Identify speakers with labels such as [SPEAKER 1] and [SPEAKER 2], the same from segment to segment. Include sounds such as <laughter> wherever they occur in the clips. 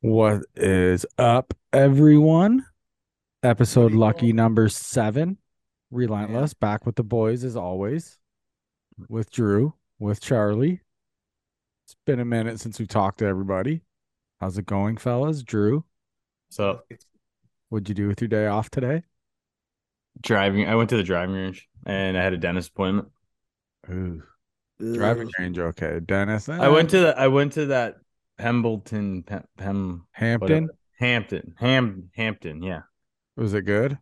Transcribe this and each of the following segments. [SPEAKER 1] What is up, everyone? Episode
[SPEAKER 2] Pretty
[SPEAKER 1] lucky
[SPEAKER 2] cool.
[SPEAKER 1] number seven. Relentless, back with the boys as always, with Drew, with Charlie. It's been a minute since we've talked to everybody. How's it going, fellas? Drew,
[SPEAKER 3] So
[SPEAKER 1] what'd you do with your day off today?
[SPEAKER 3] driving, I went to the driving range and I had a dentist appointment.
[SPEAKER 1] Ooh, driving range, okay. Dennis,
[SPEAKER 3] Uh, I went to the, I went to that Pembleton, Pem, Pem
[SPEAKER 1] Hampton.
[SPEAKER 3] whatever. Hampton, Ham, Hampton. Yeah,
[SPEAKER 1] Was it good?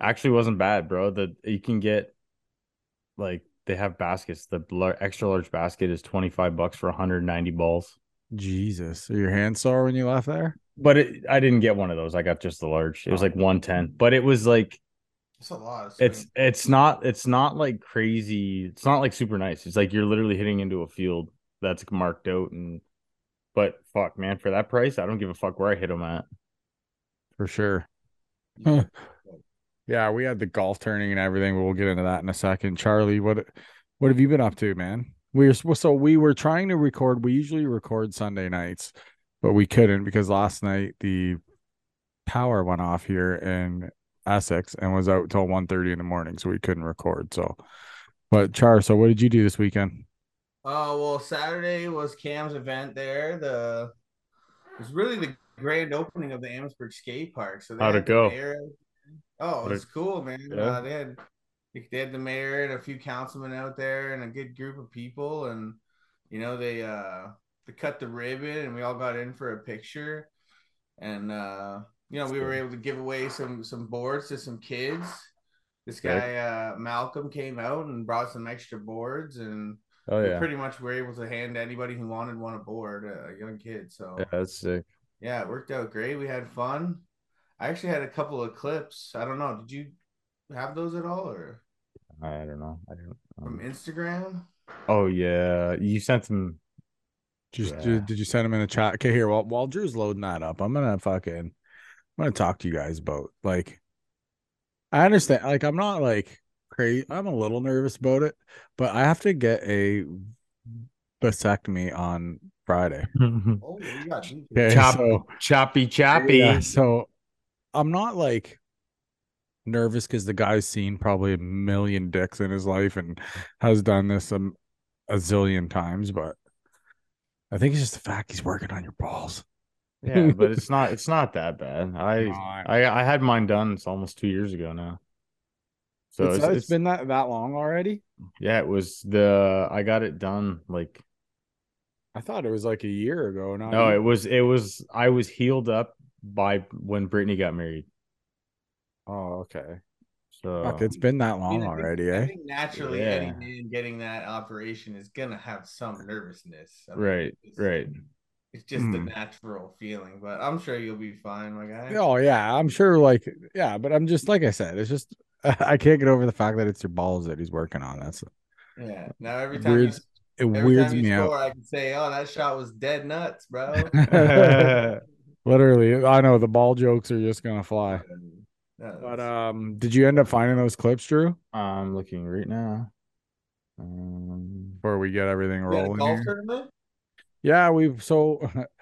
[SPEAKER 3] actually wasn't bad, bro. The you can get like they have baskets. The lar- extra large basket is twenty five bucks for one hundred ninety balls.
[SPEAKER 1] Jesus, are your hands sore when you left there?
[SPEAKER 3] But it, I didn't get one of those. I got just the large. It was like one ten, but it was like
[SPEAKER 2] It's a lot.
[SPEAKER 3] It's it's not it's not like crazy. It's not like super nice. It's like you're literally hitting into a field that's marked out and but fuck man, for that price, I don't give a fuck where I hit them at.
[SPEAKER 1] For sure.
[SPEAKER 2] Yeah.
[SPEAKER 1] Yeah, we had the golf turning and everything, but we'll get into that in a second. Charlie, what what have you been up to, man? We were supposed so we were trying to record. We usually record Sunday nights, but we couldn't because last night the power went off here in Essex and was out till 1.30 in the morning, so we couldn't record. So, but Char, so what did you do this weekend?
[SPEAKER 2] Uh, well, Saturday was Cam's event there. The it was really the grand opening of the Amherstburg skate park. So they
[SPEAKER 3] How'd
[SPEAKER 2] had
[SPEAKER 3] it
[SPEAKER 2] the
[SPEAKER 3] go?
[SPEAKER 2] mayor- Oh,
[SPEAKER 3] How'd
[SPEAKER 2] it was cool, man.
[SPEAKER 3] Yeah.
[SPEAKER 2] Uh, they had they had the mayor and a few councilmen out there and a good group of people, and you know they uh they cut the ribbon and we all got in for a picture, and uh you know
[SPEAKER 3] That's
[SPEAKER 2] we were
[SPEAKER 3] cool.
[SPEAKER 2] able to give away some some boards to some kids. This
[SPEAKER 3] Sick.
[SPEAKER 2] guy uh, Malcolm came out and brought some extra boards and
[SPEAKER 3] Oh
[SPEAKER 2] we pretty much were able to hand anybody who wanted one aboard uh, a young kid so yeah.
[SPEAKER 3] that's sick.
[SPEAKER 2] it worked out great we had fun i actually had a couple of clips i don't know did you have those at all or
[SPEAKER 3] I don't know. I don't um,
[SPEAKER 2] from instagram
[SPEAKER 3] Oh yeah. You sent <laughs> them
[SPEAKER 1] Just
[SPEAKER 3] Yeah.
[SPEAKER 1] did, did you send him in a chat? Okay, here while while Drew's loading that up, I'm gonna fucking I'm gonna talk to you guys about like I understand like I'm not like crazy I'm a little nervous about it, but I have to get a vasectomy on Friday. <sighs>
[SPEAKER 2] oh you got these.
[SPEAKER 1] Okay,
[SPEAKER 3] Chop-
[SPEAKER 1] so-
[SPEAKER 3] choppy choppy.
[SPEAKER 1] yeah, so I'm not like nervous because the guy's seen probably a million dicks in his life and has done this a, a zillion times, but I think it's just the fact he's working on your balls.
[SPEAKER 3] <laughs> yeah, but it's not it's not that bad. I I I had mine done it's almost two years ago now. So
[SPEAKER 1] it's,
[SPEAKER 3] it's-
[SPEAKER 1] it's been that, that long already.
[SPEAKER 3] yeah, it was the I got it done like
[SPEAKER 1] I thought it was like a year ago. Not
[SPEAKER 3] No, it was it was I was healed up by when Brittany got married.
[SPEAKER 1] oh, okay.
[SPEAKER 3] So
[SPEAKER 1] Fuck, it's been that
[SPEAKER 2] I
[SPEAKER 1] long
[SPEAKER 2] mean, I think-
[SPEAKER 1] already,
[SPEAKER 2] I
[SPEAKER 1] eh?
[SPEAKER 2] think naturally
[SPEAKER 3] Yeah.
[SPEAKER 2] any man getting that operation is gonna have some nervousness I mean,
[SPEAKER 3] right,
[SPEAKER 2] it's-
[SPEAKER 3] right.
[SPEAKER 1] <laughs>
[SPEAKER 3] <laughs>
[SPEAKER 2] it's just the
[SPEAKER 1] Hmm.
[SPEAKER 2] natural feeling but i'm sure you'll be fine my guy
[SPEAKER 1] Oh, yeah. I'm sure, like, yeah, but I'm just, like I said, it's just, <laughs> I can't get over the fact that it's your balls that he's working on. That's
[SPEAKER 2] yeah now every time
[SPEAKER 1] Weirds- it
[SPEAKER 2] you, every
[SPEAKER 1] weirds
[SPEAKER 2] time you
[SPEAKER 1] me
[SPEAKER 2] score
[SPEAKER 1] out.
[SPEAKER 2] i can say oh that shot was dead nuts
[SPEAKER 1] <laughs>
[SPEAKER 2] bro
[SPEAKER 3] <laughs>
[SPEAKER 1] Literally, I know the ball jokes are just gonna fly.
[SPEAKER 2] Yeah,
[SPEAKER 1] But
[SPEAKER 2] that's-
[SPEAKER 1] um, did you end up finding those clips, Drew?
[SPEAKER 3] I'm looking right now. Um,
[SPEAKER 1] Before we get everything
[SPEAKER 2] You had a
[SPEAKER 1] rolling.
[SPEAKER 2] golf
[SPEAKER 1] here?
[SPEAKER 2] tournament?
[SPEAKER 1] Yeah, we've so <laughs>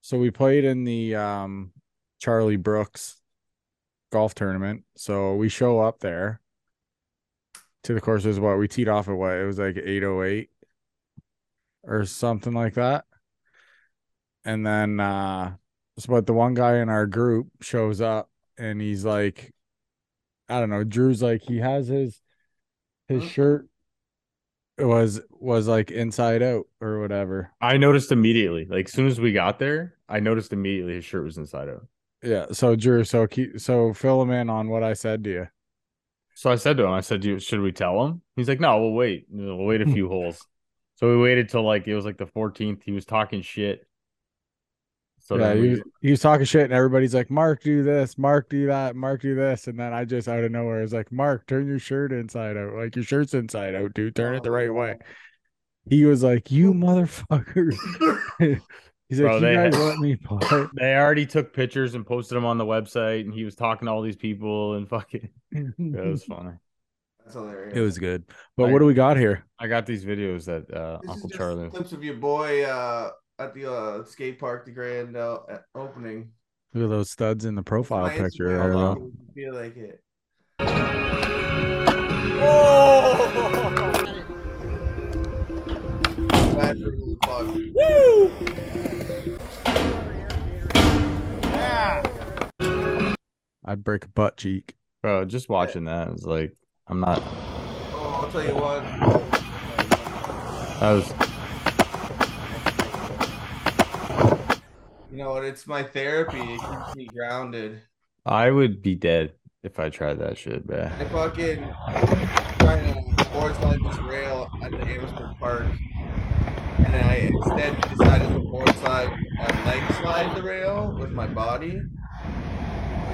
[SPEAKER 1] so we played in the um Charlie Brooks golf tournament. So we show up there to the course is what we teed off at what it was like 808 or something like that. And then uh so but the one guy in our group shows up and he's like I don't know, Drew's like he has his his
[SPEAKER 2] Huh?
[SPEAKER 1] shirt was was like inside out or whatever.
[SPEAKER 3] I noticed immediately, like as soon as we got there, I noticed immediately his shirt was inside out.
[SPEAKER 1] Yeah. So Drew, so keep, so fill him in on what I said to you.
[SPEAKER 3] So I said to him, I said, "You- "Should we tell him?" He's like, "No, we'll wait. We'll wait a
[SPEAKER 1] <laughs>
[SPEAKER 3] few holes." So we waited till like it was like the 14th. He was talking shit. So
[SPEAKER 1] yeah,
[SPEAKER 3] then
[SPEAKER 1] he
[SPEAKER 3] we-
[SPEAKER 1] was, he was talking shit, and everybody's like, "Mark, do this. Mark, do that. Mark, do this." And then I just out of nowhere was like, "Mark, turn your shirt inside out. Like your shirt's inside out, dude. Turn it the right way." He was like, "You motherfucker." <laughs> He's
[SPEAKER 3] Bro,
[SPEAKER 1] like,
[SPEAKER 3] they
[SPEAKER 1] "You guys
[SPEAKER 3] had-
[SPEAKER 1] let me play."
[SPEAKER 3] They already took pictures and posted them on the website, and he was talking to all these people and <laughs> fucking. It
[SPEAKER 1] <laughs>
[SPEAKER 3] was funny.
[SPEAKER 2] That's hilarious.
[SPEAKER 1] It was good. But
[SPEAKER 3] I-
[SPEAKER 1] what do we got here?
[SPEAKER 3] I got these videos that uh,
[SPEAKER 2] This is
[SPEAKER 3] Uncle
[SPEAKER 2] just
[SPEAKER 3] Charlie.
[SPEAKER 2] Clips of your boy uh at the uh, skate park, the grand uh, opening.
[SPEAKER 1] Look at those studs in the profile
[SPEAKER 2] My Instagram,
[SPEAKER 1] picture there,
[SPEAKER 2] I'll
[SPEAKER 1] though.
[SPEAKER 2] Feel like it. Oh! Bad little fuck.
[SPEAKER 1] I'd break a butt cheek.
[SPEAKER 3] Bro, just watching that, I was like, I'm not.
[SPEAKER 2] Oh, I'll tell you what.
[SPEAKER 3] I was.
[SPEAKER 2] You know what? It's my therapy. It keeps me grounded.
[SPEAKER 3] I would be dead if I tried that shit, bro.
[SPEAKER 2] I fucking trying to boards like this rail at the Amherstburg Park, and I instead decided to board slide and leg slide the rail with my body.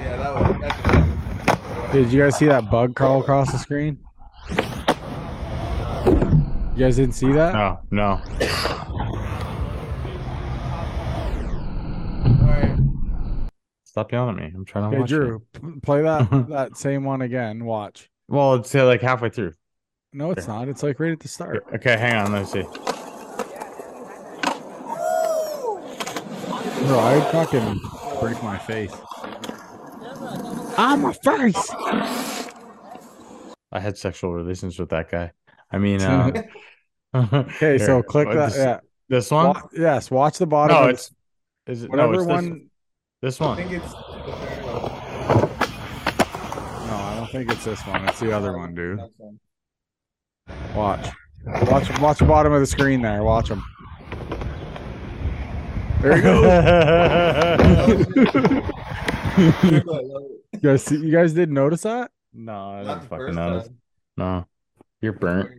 [SPEAKER 2] Yeah, that was that's
[SPEAKER 1] Dude, did you guys see that bug crawl across the screen? You guys didn't see that?
[SPEAKER 3] No, no.
[SPEAKER 2] all right.
[SPEAKER 3] Stop yelling at me. I'm trying to
[SPEAKER 1] Okay,
[SPEAKER 3] watch.
[SPEAKER 1] Drew, p- play
[SPEAKER 3] <laughs>
[SPEAKER 1] that that same one again. Watch.
[SPEAKER 3] it. Well, it's uh, like halfway through.
[SPEAKER 1] No, it's not. It's like right at the start.
[SPEAKER 3] Okay, hang on. Let me see.
[SPEAKER 1] Bro, I would fucking break my face. I'm a Ah, face.
[SPEAKER 3] I had sexual relations with that guy. I mean, uh,
[SPEAKER 1] <laughs> Okay,
[SPEAKER 3] <laughs>
[SPEAKER 1] so click that.
[SPEAKER 3] This,
[SPEAKER 1] yeah.
[SPEAKER 3] this one.
[SPEAKER 1] Wa- yes, watch the bottom.
[SPEAKER 3] no,
[SPEAKER 1] of
[SPEAKER 3] it's is it
[SPEAKER 1] whatever
[SPEAKER 3] no, it's
[SPEAKER 1] one.
[SPEAKER 3] This, this
[SPEAKER 2] I
[SPEAKER 3] one.
[SPEAKER 2] think it's the third one.
[SPEAKER 1] No, I don't think it's this one. It's the other one, dude.
[SPEAKER 2] That's
[SPEAKER 3] <laughs>
[SPEAKER 2] one.
[SPEAKER 1] Watch, watch, watch the bottom of the screen there. Watch them. There you go. <laughs>
[SPEAKER 3] <laughs>
[SPEAKER 1] you guys, see, you guys did notice that
[SPEAKER 3] no, I
[SPEAKER 2] Not
[SPEAKER 3] didn't
[SPEAKER 2] the
[SPEAKER 3] fucking
[SPEAKER 2] first
[SPEAKER 3] notice.
[SPEAKER 2] time.
[SPEAKER 3] No, you're burnt.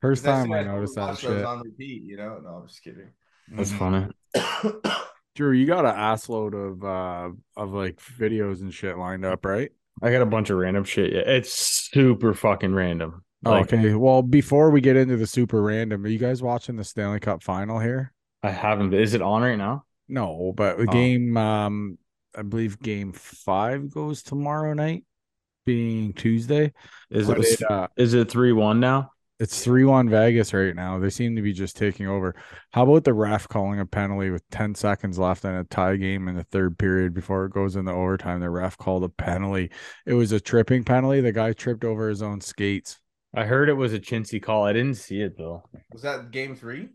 [SPEAKER 1] first
[SPEAKER 2] That's
[SPEAKER 1] time
[SPEAKER 2] the
[SPEAKER 1] I Mm-hmm.
[SPEAKER 2] way
[SPEAKER 1] noticed that
[SPEAKER 2] watch those
[SPEAKER 1] shit.
[SPEAKER 2] on repeat, you know? No, I'm just kidding.
[SPEAKER 3] That's
[SPEAKER 2] Mm.
[SPEAKER 3] funny.
[SPEAKER 1] Drew, you got an assload of uh of like videos and shit lined up, right?
[SPEAKER 3] I got a bunch of random shit. Yeah, it's super fucking random. Like,
[SPEAKER 1] Oh, okay. Well, before we get into the super random, are you guys watching the Stanley Cup final here?
[SPEAKER 3] I haven't. Is it on right now?
[SPEAKER 1] No, but the
[SPEAKER 3] Oh.
[SPEAKER 1] game, um, I believe game five goes tomorrow night, being Tuesday.
[SPEAKER 3] Is
[SPEAKER 1] But
[SPEAKER 3] it?
[SPEAKER 1] it, uh,
[SPEAKER 3] Is it three one now?
[SPEAKER 1] it's three one Vegas right now. They seem to be just taking over. How about the ref calling a penalty with ten seconds left in a tie game in the third period before it goes into overtime? The ref called a penalty. It was a tripping penalty. The guy tripped over his own skates.
[SPEAKER 3] I heard it was a chintzy call. I didn't see it though.
[SPEAKER 2] Was that game three?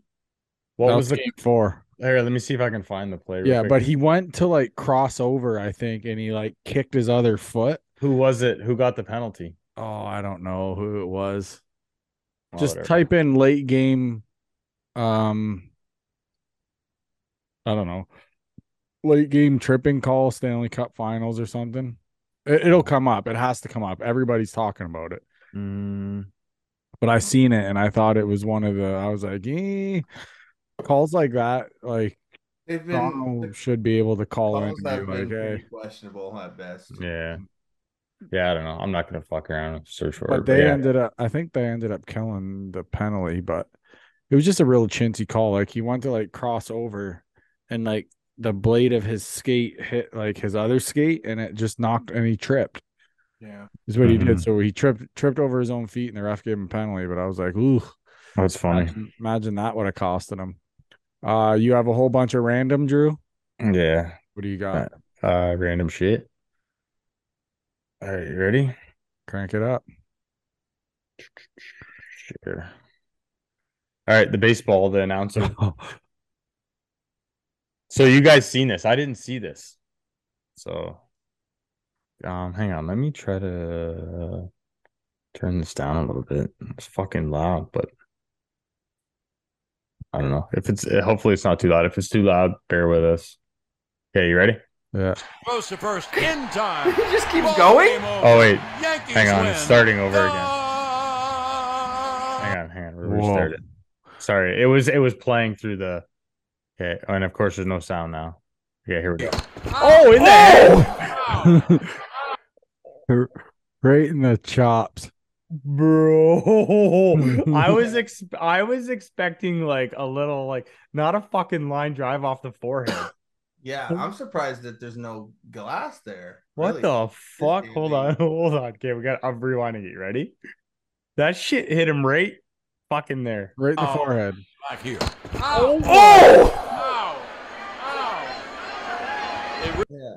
[SPEAKER 3] What
[SPEAKER 1] that
[SPEAKER 3] was,
[SPEAKER 1] was the
[SPEAKER 3] the?
[SPEAKER 1] game four.
[SPEAKER 3] Here, let me see if I can find the play. real
[SPEAKER 1] Yeah,
[SPEAKER 3] quick.
[SPEAKER 1] but he went to like cross over, I think, and he like kicked his other foot.
[SPEAKER 3] who was it? Who got the penalty?
[SPEAKER 1] Oh, I don't know who it was.
[SPEAKER 3] Oh,
[SPEAKER 1] just
[SPEAKER 3] whatever.
[SPEAKER 1] type in late game um i don't know late game tripping call stanley cup finals or something it, it'll come up it has to come up everybody's talking about it
[SPEAKER 3] Mm,
[SPEAKER 1] but i seen it and i thought it was one of the i was like eh. calls like that like
[SPEAKER 2] They've been
[SPEAKER 1] Toronto should be able to call in
[SPEAKER 2] calls that
[SPEAKER 1] and
[SPEAKER 2] have
[SPEAKER 1] be like
[SPEAKER 2] been pretty
[SPEAKER 1] hey
[SPEAKER 2] questionable at best.
[SPEAKER 3] yeah, yeah. I don't know. I'm not gonna fuck around and search for it.
[SPEAKER 1] but
[SPEAKER 3] but
[SPEAKER 1] they
[SPEAKER 3] yeah.
[SPEAKER 1] ended up i think they ended up killing the penalty but it was just a real chintzy call like he went to like cross over and like the blade of his skate hit like his other skate and it just knocked and he tripped
[SPEAKER 2] Yeah.
[SPEAKER 1] is what he did
[SPEAKER 3] Mhm.
[SPEAKER 1] so he tripped tripped over his own feet and the ref gave him a penalty but i was like ooh
[SPEAKER 3] that's funny.
[SPEAKER 1] imagine, imagine that would have costed him uh you have a whole bunch of random drew
[SPEAKER 3] Yeah,
[SPEAKER 1] what do you got
[SPEAKER 3] Alright. uh, random shit. All right, you ready?
[SPEAKER 1] crank it
[SPEAKER 3] <laughs>
[SPEAKER 1] up
[SPEAKER 3] Sure. All right, the baseball, the announcer. So you guys seen this? I didn't see this. So, um, hang on. Let me try to turn this down a little bit. It's fucking loud, but I don't know if it's. eh, Hopefully, it's not too loud. If it's too loud, bear with us. Okay, you ready?
[SPEAKER 1] yeah
[SPEAKER 4] Goes to first in time.
[SPEAKER 2] <laughs> He just keeps
[SPEAKER 4] Ball
[SPEAKER 2] going?
[SPEAKER 4] game over.
[SPEAKER 3] Oh wait,
[SPEAKER 4] Yankees
[SPEAKER 3] hang on.
[SPEAKER 4] win.
[SPEAKER 3] It's starting over again.
[SPEAKER 4] again.
[SPEAKER 3] Hang on, hang on. We'll
[SPEAKER 1] Whoa.
[SPEAKER 3] restart it. Sorry, it was it was playing through the. Okay, and of course, there's no sound now. Okay, here we go.
[SPEAKER 4] Oh, in
[SPEAKER 1] <laughs> right in the chops
[SPEAKER 3] bro
[SPEAKER 2] <laughs>
[SPEAKER 1] <laughs>
[SPEAKER 3] i was ex- i was expecting like a little like not a fucking line drive off the
[SPEAKER 2] <coughs>
[SPEAKER 3] forehead
[SPEAKER 2] Yeah, I'm surprised that there's no glass there.
[SPEAKER 3] what
[SPEAKER 2] really.
[SPEAKER 3] the fuck
[SPEAKER 2] damn
[SPEAKER 3] hold
[SPEAKER 2] thing.
[SPEAKER 3] on <laughs> hold on okay we got i'm rewinding it You ready that shit hit him right fucking there
[SPEAKER 1] right in the
[SPEAKER 4] Oh.
[SPEAKER 1] forehead
[SPEAKER 4] Back here.
[SPEAKER 3] oh
[SPEAKER 2] Yeah.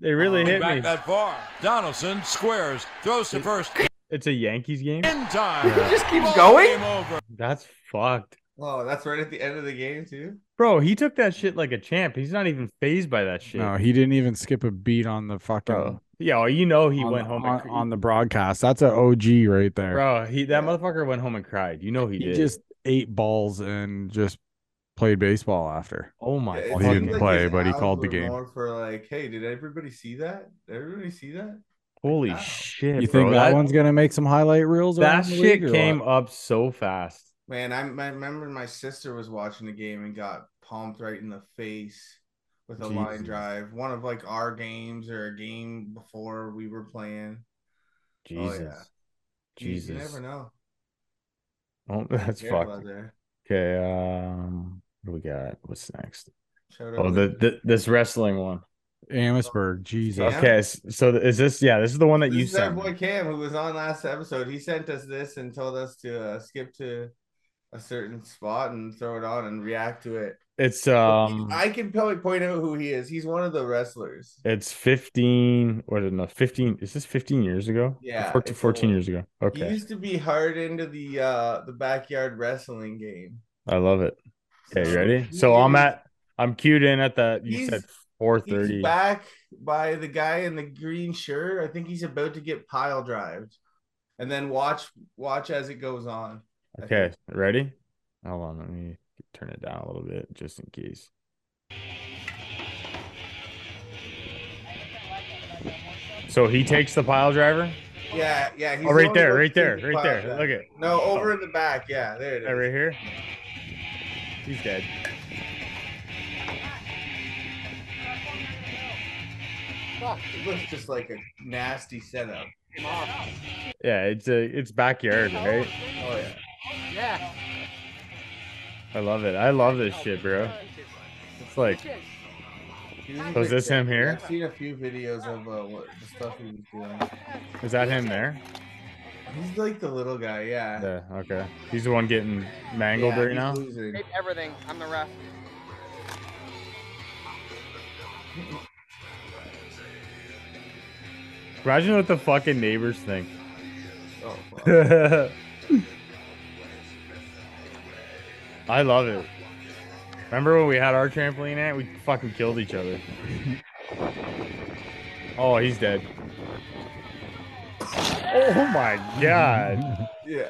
[SPEAKER 3] They really
[SPEAKER 2] Oh,
[SPEAKER 3] hit
[SPEAKER 4] back
[SPEAKER 3] me.
[SPEAKER 4] that far. Donaldson squares, throws to first
[SPEAKER 3] It's a Yankees game.
[SPEAKER 4] in time.
[SPEAKER 2] It just keeps
[SPEAKER 4] Ball
[SPEAKER 2] going.
[SPEAKER 4] game over.
[SPEAKER 3] That's fucked.
[SPEAKER 2] Oh, that's right at the end of the game too.
[SPEAKER 3] Bro, he took that shit like a champ. He's not even phased by that shit.
[SPEAKER 1] No, he didn't even skip a beat on the fucking
[SPEAKER 3] bro. Yeah, well, you know he
[SPEAKER 1] on
[SPEAKER 3] went
[SPEAKER 1] the-
[SPEAKER 3] home
[SPEAKER 1] on,
[SPEAKER 3] and cr-
[SPEAKER 1] on the broadcast. That's an OG right there.
[SPEAKER 3] bro. He that
[SPEAKER 2] Yeah.
[SPEAKER 3] motherfucker went home and cried. You know he,
[SPEAKER 1] he
[SPEAKER 3] did.
[SPEAKER 1] just ate balls and just played baseball after.
[SPEAKER 3] oh my.
[SPEAKER 2] It
[SPEAKER 1] Well, he
[SPEAKER 2] seemed
[SPEAKER 3] fucking-
[SPEAKER 1] didn't play,
[SPEAKER 2] his
[SPEAKER 1] but he
[SPEAKER 2] abs
[SPEAKER 1] called the
[SPEAKER 2] were
[SPEAKER 1] game.
[SPEAKER 2] More for like, hey, did everybody see that? Did everybody see that?
[SPEAKER 3] Holy
[SPEAKER 2] Wow.
[SPEAKER 3] shit!
[SPEAKER 1] You
[SPEAKER 3] bro.
[SPEAKER 1] think that, one's gonna make some highlight reels?
[SPEAKER 3] that
[SPEAKER 1] around the
[SPEAKER 3] shit
[SPEAKER 1] league or
[SPEAKER 3] came
[SPEAKER 1] what?
[SPEAKER 3] up so fast.
[SPEAKER 2] Man, I, I remember my sister was watching the game and got pumped right in the face with a line
[SPEAKER 1] Jesus.
[SPEAKER 2] drive. One of like our games or a game before we were playing.
[SPEAKER 3] Jesus.
[SPEAKER 2] You-
[SPEAKER 3] Jesus.
[SPEAKER 2] Oh, You never know.
[SPEAKER 3] Oh, <laughs> that's
[SPEAKER 2] Care about
[SPEAKER 3] fucked.
[SPEAKER 2] there.
[SPEAKER 3] Okay. Um, what do we got? What's next?
[SPEAKER 2] Shout out
[SPEAKER 3] Oh, the, the this wrestling one.
[SPEAKER 1] Amherstburg, Jesus.
[SPEAKER 2] Yeah.
[SPEAKER 3] Okay, s- so th- is this? Yeah, this is the one that
[SPEAKER 2] This
[SPEAKER 3] you
[SPEAKER 2] is our
[SPEAKER 3] sent.
[SPEAKER 2] boy
[SPEAKER 3] me.
[SPEAKER 2] Cam, who was on last episode. He sent us this and told us to uh, skip to a certain spot and throw it on and react to it.
[SPEAKER 3] It's um,
[SPEAKER 2] I can probably point out who he is. He's one of the wrestlers.
[SPEAKER 3] it's fifteen. What no? Fifteen? Is this fifteen years ago?
[SPEAKER 2] Yeah,
[SPEAKER 3] Fourteen
[SPEAKER 2] it's
[SPEAKER 3] 14
[SPEAKER 2] old.
[SPEAKER 3] years ago.
[SPEAKER 2] He
[SPEAKER 3] Okay,
[SPEAKER 2] used to be hard into the uh the backyard wrestling game.
[SPEAKER 3] I love it. Okay, you
[SPEAKER 2] So
[SPEAKER 3] ready?
[SPEAKER 2] he
[SPEAKER 3] So I'm
[SPEAKER 2] is-
[SPEAKER 3] at. I'm cued in at the. You
[SPEAKER 2] He's-
[SPEAKER 3] said four thirty.
[SPEAKER 2] He's back by the guy in the green shirt. I think he's about to get pile drived, and then watch watch as it goes on. I
[SPEAKER 3] Okay,
[SPEAKER 2] think.
[SPEAKER 3] ready? Hold on, let me turn it down a little bit just in case. So he takes the pile driver.
[SPEAKER 2] Yeah, yeah. He's
[SPEAKER 3] Oh,
[SPEAKER 2] the
[SPEAKER 3] right
[SPEAKER 2] one
[SPEAKER 3] there,
[SPEAKER 2] who
[SPEAKER 3] right there,
[SPEAKER 2] did the
[SPEAKER 3] right
[SPEAKER 2] pile
[SPEAKER 3] there.
[SPEAKER 2] drive.
[SPEAKER 3] Look at
[SPEAKER 2] No, over in the back. Yeah, there it is.
[SPEAKER 3] that right here. He's dead.
[SPEAKER 2] Fuck, it looks just like a nasty setup.
[SPEAKER 3] Yeah, it's a it's backyard, right?
[SPEAKER 2] Oh yeah.
[SPEAKER 5] Yeah.
[SPEAKER 3] I love it. I love this shit, bro. It's like
[SPEAKER 2] He was a
[SPEAKER 5] Was
[SPEAKER 2] big
[SPEAKER 3] Oh, this him
[SPEAKER 2] guy.
[SPEAKER 3] here?
[SPEAKER 2] I've seen a few videos of uh, what the stuff he was doing.
[SPEAKER 3] is that him there?
[SPEAKER 2] He's like the little guy. Yeah.
[SPEAKER 3] Yeah, okay. He's the one getting mangled
[SPEAKER 2] Yeah,
[SPEAKER 3] right
[SPEAKER 2] he's
[SPEAKER 3] now.
[SPEAKER 2] losing.
[SPEAKER 5] Tape everything. I'm the ref.
[SPEAKER 3] Imagine what the fucking neighbors think.
[SPEAKER 2] Oh, fuck.
[SPEAKER 3] I love it. Remember when we had our trampoline at? We fucking killed each other. Oh, he's dead. Oh my god.
[SPEAKER 2] yeah.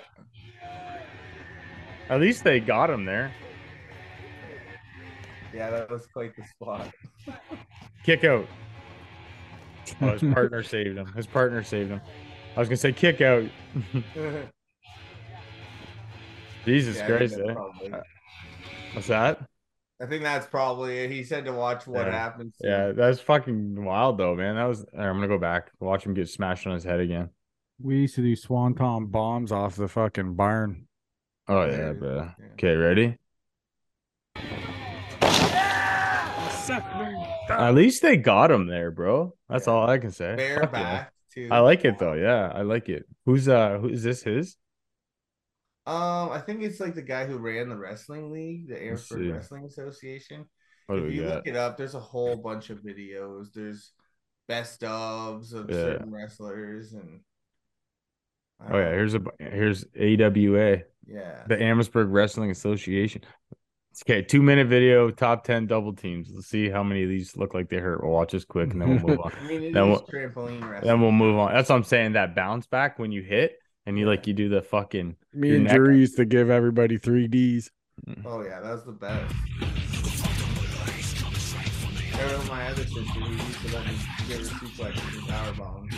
[SPEAKER 3] At least they got him there.
[SPEAKER 2] Yeah, that was quite the spot. <laughs>
[SPEAKER 3] Kick out. Oh, his partner
[SPEAKER 2] <laughs>
[SPEAKER 3] saved him. His partner saved him. I was gonna say kick out. Jesus
[SPEAKER 2] Yeah, I think
[SPEAKER 3] Christ.
[SPEAKER 2] that's
[SPEAKER 3] eh?
[SPEAKER 2] probably-
[SPEAKER 3] What's that?
[SPEAKER 2] I think that's probably it. He said to watch what
[SPEAKER 3] Yeah.
[SPEAKER 2] happens. to
[SPEAKER 3] Yeah,
[SPEAKER 2] him.
[SPEAKER 3] that's fucking wild though, man. That was I'm gonna go back, watch him get smashed on his head again.
[SPEAKER 1] We used to do swanton bombs off the fucking barn.
[SPEAKER 3] Oh
[SPEAKER 2] Yeah,
[SPEAKER 3] yeah,
[SPEAKER 2] it is.
[SPEAKER 3] bro.
[SPEAKER 2] Yeah.
[SPEAKER 3] Okay, ready? At least they got him there, bro. That's
[SPEAKER 2] Yeah.
[SPEAKER 3] all I can say.
[SPEAKER 2] Bare
[SPEAKER 3] Fuck yeah.
[SPEAKER 2] back too.
[SPEAKER 3] I like it though. Yeah, I like it. Who's uh? Who is this? His?
[SPEAKER 2] Um, I think it's like the guy who ran the wrestling league, the
[SPEAKER 3] Let's
[SPEAKER 2] Airford
[SPEAKER 3] see.
[SPEAKER 2] Wrestling Association.
[SPEAKER 3] What do
[SPEAKER 2] if
[SPEAKER 3] we
[SPEAKER 2] you
[SPEAKER 3] got?
[SPEAKER 2] look it up, there's a whole bunch of videos. There's best ofs of
[SPEAKER 3] Yeah.
[SPEAKER 2] certain wrestlers and. I
[SPEAKER 3] Oh yeah,
[SPEAKER 2] don't know.
[SPEAKER 3] here's a here's AWA,
[SPEAKER 2] yeah.
[SPEAKER 3] the Amherstburg Wrestling Association. Okay, two minute video, top ten double teams. Let's see how many of these look like they hurt. We'll watch this quick, and then
[SPEAKER 2] <laughs>
[SPEAKER 3] we'll move on.
[SPEAKER 2] I mean, it is
[SPEAKER 3] Then we'll-
[SPEAKER 2] trampoline wrestling.
[SPEAKER 3] then we'll move on. That's what I'm saying. That bounce back when you hit, and you like you do the fucking
[SPEAKER 1] Me
[SPEAKER 3] Your
[SPEAKER 1] and
[SPEAKER 3] neck-
[SPEAKER 1] Drew used to give everybody three Ds.
[SPEAKER 2] Oh yeah, that was the best. Shout out my other sister who used to let me give her suplexes and power bombs.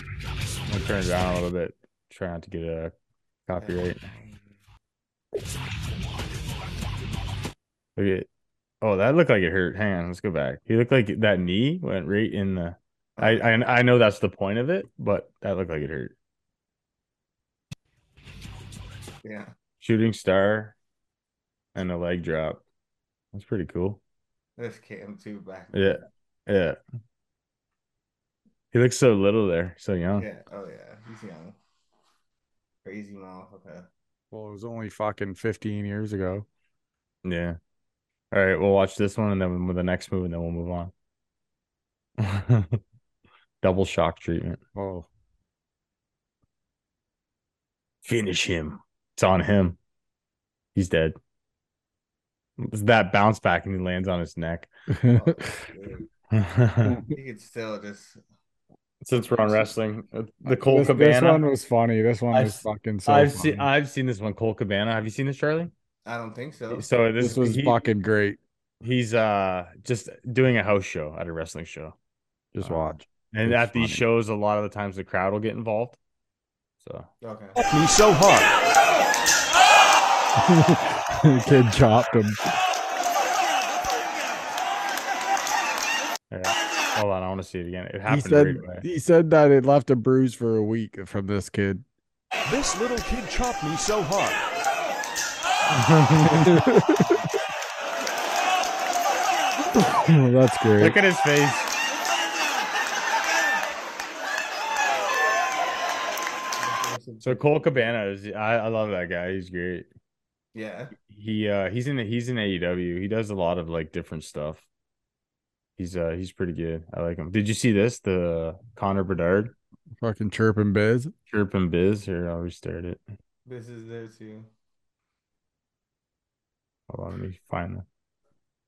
[SPEAKER 3] I'm gonna turn it down a little bit. Try not to get a copyright. Look at, oh, that looked like it hurt. Hang on, let's go back. He looked like that knee went right in the. I I, I know that's the point of it, but that looked like it hurt.
[SPEAKER 2] Yeah.
[SPEAKER 3] Shooting star, and a leg drop. That's pretty cool.
[SPEAKER 2] This cam too back. then.
[SPEAKER 3] Yeah, yeah. He looks so little there, so young.
[SPEAKER 2] Yeah. Oh yeah. He's young. Crazy
[SPEAKER 3] <laughs>
[SPEAKER 2] motherfucker.
[SPEAKER 1] Well, it was only fucking 15 years ago.
[SPEAKER 3] Yeah. All right, we'll watch this one and then with the next move, and then we'll move on. <laughs> Double shock treatment.
[SPEAKER 1] Oh,
[SPEAKER 3] Finish him. It's on him. He's dead. It's that bounce back and he lands on his <laughs> neck.
[SPEAKER 2] dude,
[SPEAKER 3] Since
[SPEAKER 2] you could still just
[SPEAKER 3] we're on wrestling, uh, the Cole
[SPEAKER 1] this, this
[SPEAKER 3] Cabana.
[SPEAKER 1] one was funny. This one
[SPEAKER 3] I've
[SPEAKER 1] was
[SPEAKER 3] s-
[SPEAKER 1] fucking so
[SPEAKER 3] I've
[SPEAKER 1] funny.
[SPEAKER 3] seen I've seen this one, Cole Cabana. Have you seen this, Charlie?
[SPEAKER 2] I don't think so.
[SPEAKER 3] So this,
[SPEAKER 1] this was
[SPEAKER 3] he-
[SPEAKER 1] fucking great.
[SPEAKER 3] he's uh just doing a house show at a wrestling show.
[SPEAKER 1] Just
[SPEAKER 3] Uh,
[SPEAKER 1] watch.
[SPEAKER 3] And
[SPEAKER 1] It's
[SPEAKER 3] at these
[SPEAKER 1] funny.
[SPEAKER 3] shows, a lot of the times the crowd will get involved. So
[SPEAKER 2] Okay.
[SPEAKER 4] Me so hard.
[SPEAKER 1] <laughs> The kid chopped him.
[SPEAKER 3] yeah. hold on, I want to see it again. It happened
[SPEAKER 1] he said
[SPEAKER 3] right away.
[SPEAKER 1] he said that it left a bruise for a week from this kid.
[SPEAKER 4] This little kid chopped me so hard.
[SPEAKER 1] <laughs> That's great.
[SPEAKER 3] Look at his face. So Cole Cabana is I, I love that guy. He's great.
[SPEAKER 2] Yeah.
[SPEAKER 3] He uh he's in he's in AEW. He does a lot of like different stuff. He's uh he's pretty good. I like him. Did you see this? The Connor Bedard
[SPEAKER 1] Fucking chirping
[SPEAKER 4] <laughs>
[SPEAKER 1] biz.
[SPEAKER 3] chirp and biz. Here, I'll restart it.
[SPEAKER 2] This is this you.
[SPEAKER 3] Hold on, let me find that.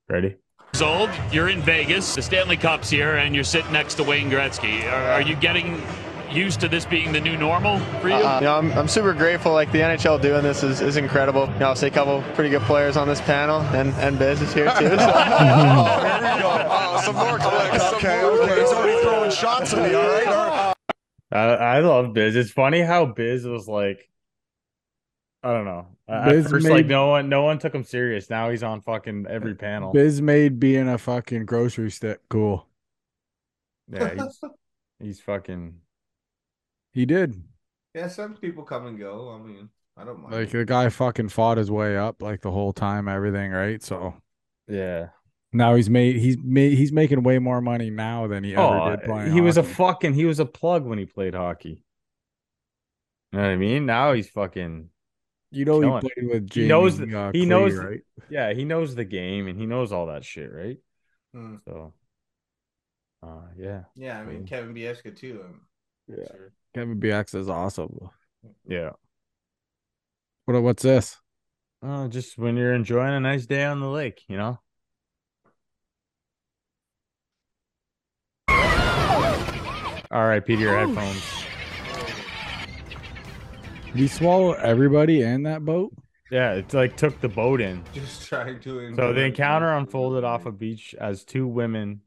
[SPEAKER 3] Ready?
[SPEAKER 6] years old. You're in Vegas. The Stanley Cup's here, and you're sitting next to Wayne Gretzky. Are, are you getting used to this being the new normal for you?
[SPEAKER 7] Uh, you know, I'm, I'm super grateful. Like the NHL doing this is, is incredible. You know, I see a couple pretty good players on this panel, and and Biz is here too. So.
[SPEAKER 8] Uh, some more clicks. Okay, okay. He's already throwing shots at me, all right? All right.
[SPEAKER 3] I I love Biz. It's funny how Biz was like, I don't know. At
[SPEAKER 1] Biz
[SPEAKER 3] first,
[SPEAKER 1] made-
[SPEAKER 3] like no one, no one took him serious. Now he's on fucking every panel.
[SPEAKER 1] Biz made being a fucking grocery stick cool. <laughs>
[SPEAKER 3] Yeah, he's, he's fucking.
[SPEAKER 1] He did.
[SPEAKER 2] Yeah, some people come and go. I mean, I don't mind.
[SPEAKER 1] Like the guy fucking fought his way up like the whole time, everything, right? So
[SPEAKER 3] Yeah.
[SPEAKER 1] now he's made he's made he's making way more money now than he ever
[SPEAKER 3] Oh,
[SPEAKER 1] did
[SPEAKER 3] he
[SPEAKER 1] playing.
[SPEAKER 3] was a
[SPEAKER 1] hockey.
[SPEAKER 3] fucking. He was a plug when he played hockey. You know what I mean? Now he's fucking.
[SPEAKER 1] you know he
[SPEAKER 3] killing it.
[SPEAKER 1] played with
[SPEAKER 3] He
[SPEAKER 1] Jamie.
[SPEAKER 3] knows th-
[SPEAKER 1] uh,
[SPEAKER 3] he
[SPEAKER 1] Clee,
[SPEAKER 3] knows th-
[SPEAKER 1] right?
[SPEAKER 3] Yeah, he knows the game and he knows all that shit, right?
[SPEAKER 2] Hmm.
[SPEAKER 3] So. Uh, yeah.
[SPEAKER 2] Yeah, I mean Kevin Bieska too. I'm
[SPEAKER 1] Yeah.
[SPEAKER 2] sure. <laughs>
[SPEAKER 1] Kevin BX is awesome.
[SPEAKER 3] Yeah.
[SPEAKER 1] What what's this?
[SPEAKER 3] Oh, just when you're enjoying a nice day on the lake, you know. All right, Peter, your headphones.
[SPEAKER 1] Did he swallow everybody and that boat?
[SPEAKER 3] Yeah, it like took the boat in.
[SPEAKER 2] Just trying to.
[SPEAKER 3] So the encounter unfolded off a beach as two women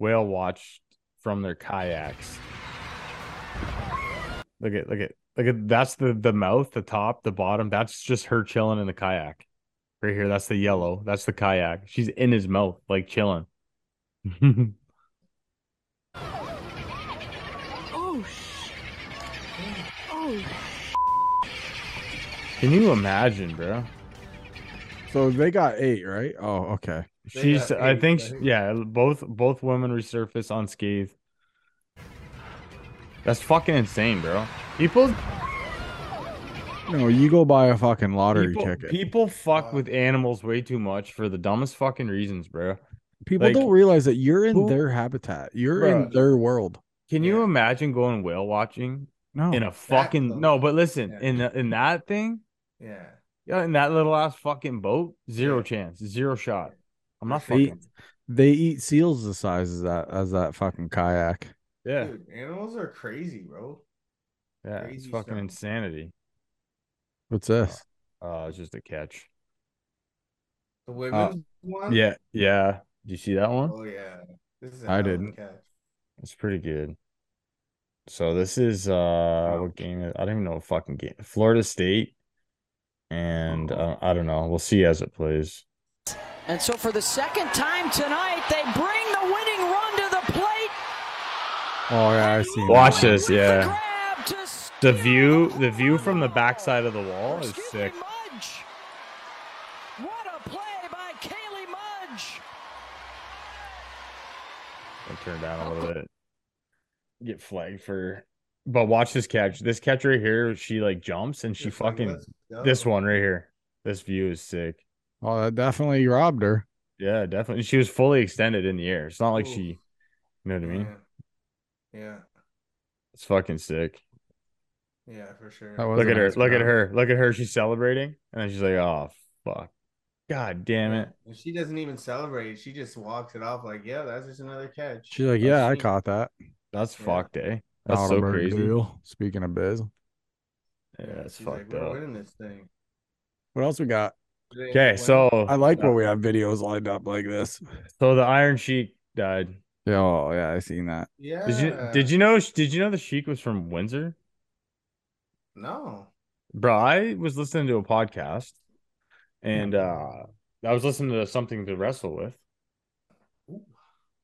[SPEAKER 3] whale watched from their kayaks. Look at look at look at that's the the mouth, the top, the bottom. That's just her chilling in the kayak. Right here, that's the yellow. That's the kayak. She's in his mouth, like chilling. <laughs>
[SPEAKER 9] Oh, oh.
[SPEAKER 3] Can you imagine, bro?
[SPEAKER 1] So they got eight, right? Oh, okay.
[SPEAKER 2] They
[SPEAKER 3] She's,
[SPEAKER 2] got
[SPEAKER 3] I
[SPEAKER 2] eight,
[SPEAKER 3] think,
[SPEAKER 2] I
[SPEAKER 3] sh-
[SPEAKER 2] think.
[SPEAKER 3] yeah, both both women resurface unscathed. That's fucking insane, bro. People,
[SPEAKER 1] No, you go buy a fucking lottery
[SPEAKER 3] people,
[SPEAKER 1] ticket.
[SPEAKER 3] people fuck with animals way too much for the dumbest fucking reasons, bro.
[SPEAKER 1] People
[SPEAKER 3] like-
[SPEAKER 1] don't realize that you're in
[SPEAKER 3] Who-
[SPEAKER 1] their habitat. You're in
[SPEAKER 3] Bruh.
[SPEAKER 1] their world.
[SPEAKER 3] Can you imagine going whale watching
[SPEAKER 1] No.
[SPEAKER 3] in a fucking
[SPEAKER 2] boat.
[SPEAKER 3] no? But listen,
[SPEAKER 2] Yeah.
[SPEAKER 3] in the, in that thing,
[SPEAKER 2] Yeah.
[SPEAKER 3] yeah, in that little ass fucking boat, zero chance, zero shot. I'm not
[SPEAKER 1] They-
[SPEAKER 3] fucking.
[SPEAKER 1] they eat seals the size as that as that fucking kayak.
[SPEAKER 3] Yeah,
[SPEAKER 2] Dude, animals are crazy, bro.
[SPEAKER 3] yeah, it's
[SPEAKER 2] crazy
[SPEAKER 3] fucking
[SPEAKER 2] stuff.
[SPEAKER 3] insanity.
[SPEAKER 1] What's this?
[SPEAKER 3] Oh, it's just a catch.
[SPEAKER 2] The
[SPEAKER 1] Uh,
[SPEAKER 2] women's one.
[SPEAKER 3] Yeah, yeah. Do you see that one?
[SPEAKER 2] Oh yeah. This is. a
[SPEAKER 1] I
[SPEAKER 2] hell of a
[SPEAKER 1] didn't.
[SPEAKER 2] catch.
[SPEAKER 3] It's pretty good. So this is uh what game is I don't even know what fucking game. Florida State and uh, I don't know. We'll see as it plays.
[SPEAKER 10] And so for the second time tonight, they bring the winning run to the plate.
[SPEAKER 1] Oh yeah, I see.
[SPEAKER 3] Watch this, yeah.
[SPEAKER 10] Grab to steal
[SPEAKER 3] The view the view from the
[SPEAKER 10] ball.
[SPEAKER 3] backside of the wall
[SPEAKER 10] Or
[SPEAKER 3] is
[SPEAKER 10] excuse me,
[SPEAKER 3] sick.
[SPEAKER 10] Mudge. What a play by Kaylee Mudge.
[SPEAKER 3] I'll turn down a little bit. Get flagged for but watch this catch. This catch right here, she like jumps and she
[SPEAKER 2] Just like,
[SPEAKER 3] fucking
[SPEAKER 2] let's go.
[SPEAKER 3] this one right here. This view is sick.
[SPEAKER 1] Oh, that definitely robbed her.
[SPEAKER 3] Yeah, definitely. She was fully extended in the air. It's not like
[SPEAKER 2] Oof.
[SPEAKER 3] she You know what I mean?
[SPEAKER 2] Yeah.
[SPEAKER 3] It's fucking sick.
[SPEAKER 2] Yeah, yeah, for sure.
[SPEAKER 1] That was
[SPEAKER 3] Look
[SPEAKER 1] a
[SPEAKER 3] at her.
[SPEAKER 1] nice
[SPEAKER 3] Look at
[SPEAKER 1] crowd.
[SPEAKER 3] her. Look at her. She's celebrating. And then she's like, oh, fuck. God damn it.
[SPEAKER 2] And she doesn't even celebrate. She just walks it off like, yeah, that's just another catch.
[SPEAKER 1] She's like, yeah, I
[SPEAKER 2] She-
[SPEAKER 1] caught that.
[SPEAKER 3] That's
[SPEAKER 2] Yeah.
[SPEAKER 3] fucked, eh? That's so
[SPEAKER 1] Oliver
[SPEAKER 3] crazy.
[SPEAKER 1] Doyle, Speaking of biz,
[SPEAKER 3] Yeah, it's
[SPEAKER 2] she's
[SPEAKER 3] fucked
[SPEAKER 2] like, we're
[SPEAKER 3] up.
[SPEAKER 2] winning this thing.
[SPEAKER 1] what else we got?
[SPEAKER 2] Today we're
[SPEAKER 3] Okay,
[SPEAKER 2] winning.
[SPEAKER 3] so
[SPEAKER 1] I like when we have videos lined up like this.
[SPEAKER 3] so the Iron Sheik died.
[SPEAKER 1] Yeah, oh yeah, I seen that.
[SPEAKER 2] yeah,
[SPEAKER 3] Did you did you know did you know the Sheik was from Windsor?
[SPEAKER 2] No,
[SPEAKER 3] Bro, I was listening to a podcast and uh I was listening to something to wrestle with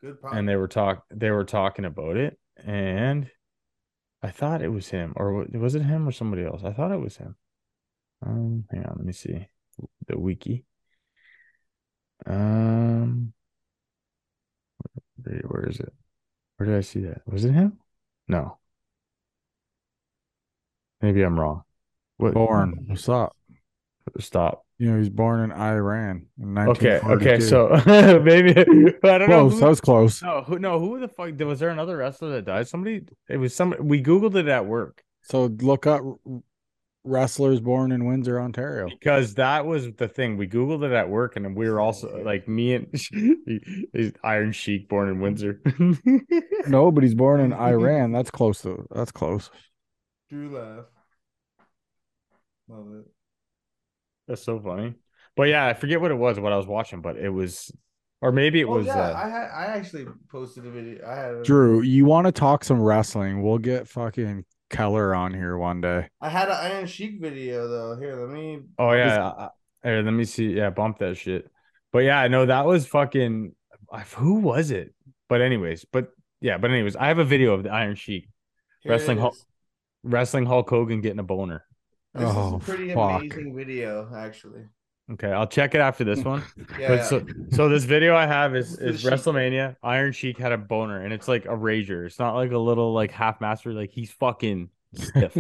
[SPEAKER 2] good problem.
[SPEAKER 3] and they were talk they were talking about it and I thought it was him or wa- was it him or somebody else? I thought it was him. Um hang on, let me see the wiki. Um where- where is it? Where did I see that? Was it him? No. Maybe I'm wrong. What
[SPEAKER 1] Born. What's up?
[SPEAKER 3] stop.
[SPEAKER 1] You know, he's born in Iran. In
[SPEAKER 3] Okay, okay,
[SPEAKER 1] 1942.
[SPEAKER 3] so <laughs> maybe I don't know.
[SPEAKER 1] close.
[SPEAKER 3] who-
[SPEAKER 1] That was close.
[SPEAKER 3] No, who no, who the fuck was there another wrestler that died? Somebody it was some we Googled it at work
[SPEAKER 1] So look up wrestlers born in Windsor, Ontario.
[SPEAKER 3] because that was the thing. We Googled it at work and we were
[SPEAKER 2] Oh,
[SPEAKER 3] also like me <laughs> and Iron Sheik born in Windsor. <laughs>
[SPEAKER 1] No, but he's born in Iran. That's close to that's close.
[SPEAKER 2] Drew left. Love it.
[SPEAKER 3] That's so funny. But yeah, I forget what it was, what I was watching, but it was or maybe it
[SPEAKER 2] Oh,
[SPEAKER 3] was
[SPEAKER 2] yeah,
[SPEAKER 3] uh,
[SPEAKER 2] I had I actually posted a video. I had a,
[SPEAKER 1] Drew, you want to talk some wrestling? We'll get fucking Keller on here one day.
[SPEAKER 2] I had an Iron Sheik video though. Here, let me.
[SPEAKER 3] Oh yeah. I- I- Here, let me see. Yeah, bump that shit. But yeah, no, that was fucking. I- Who was it? But anyways, but yeah, but anyways, I have a video of the Iron Sheik
[SPEAKER 2] here
[SPEAKER 3] Wrestling
[SPEAKER 2] it
[SPEAKER 3] Hulk-
[SPEAKER 2] is.
[SPEAKER 3] wrestling Hulk Hogan getting a boner.
[SPEAKER 2] This
[SPEAKER 1] Oh,
[SPEAKER 2] is a pretty
[SPEAKER 1] fuck.
[SPEAKER 2] amazing video, actually.
[SPEAKER 3] Okay, I'll check it after this one.
[SPEAKER 2] Mm. Yeah,
[SPEAKER 3] But so, so this video I have is
[SPEAKER 2] This is
[SPEAKER 3] is
[SPEAKER 2] Sheik.
[SPEAKER 3] WrestleMania. Iron Sheik had a boner, and it's like a rager. It's not like a little like half master. Like he's fucking
[SPEAKER 2] <laughs>
[SPEAKER 3] stiff.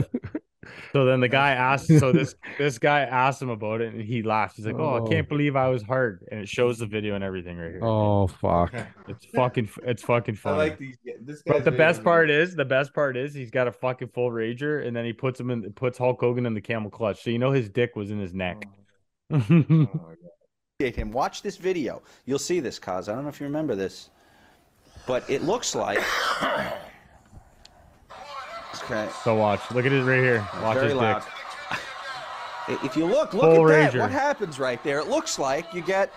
[SPEAKER 3] so then the guy asked. So this this guy asked him about it, and he laughed. He's like, "Oh,
[SPEAKER 1] Oh.
[SPEAKER 3] I can't believe I was hard." And it shows the video and everything right here.
[SPEAKER 1] <laughs> Oh fuck.
[SPEAKER 2] Okay.
[SPEAKER 3] It's fucking. f- It's fucking
[SPEAKER 2] I
[SPEAKER 3] funny.
[SPEAKER 2] like these. This
[SPEAKER 3] But
[SPEAKER 2] guy's
[SPEAKER 3] the best
[SPEAKER 2] videos are-
[SPEAKER 3] part is, the best part is, he's got a fucking full rager, and then he puts him in, puts Hulk Hogan in the camel clutch. So you know his dick was in his neck.
[SPEAKER 2] Oh,
[SPEAKER 3] Wait,
[SPEAKER 2] oh my God.
[SPEAKER 11] appreciate him. Watch this video. You'll see this, Kaz. I don't know if you remember this, but it looks like. Okay.
[SPEAKER 3] so watch. Look at it right here. Watch
[SPEAKER 11] very
[SPEAKER 3] his
[SPEAKER 11] loud.
[SPEAKER 3] dick.
[SPEAKER 11] I- If you look, look
[SPEAKER 3] Full
[SPEAKER 11] at that.
[SPEAKER 3] rager.
[SPEAKER 11] What happens right there? It looks like you get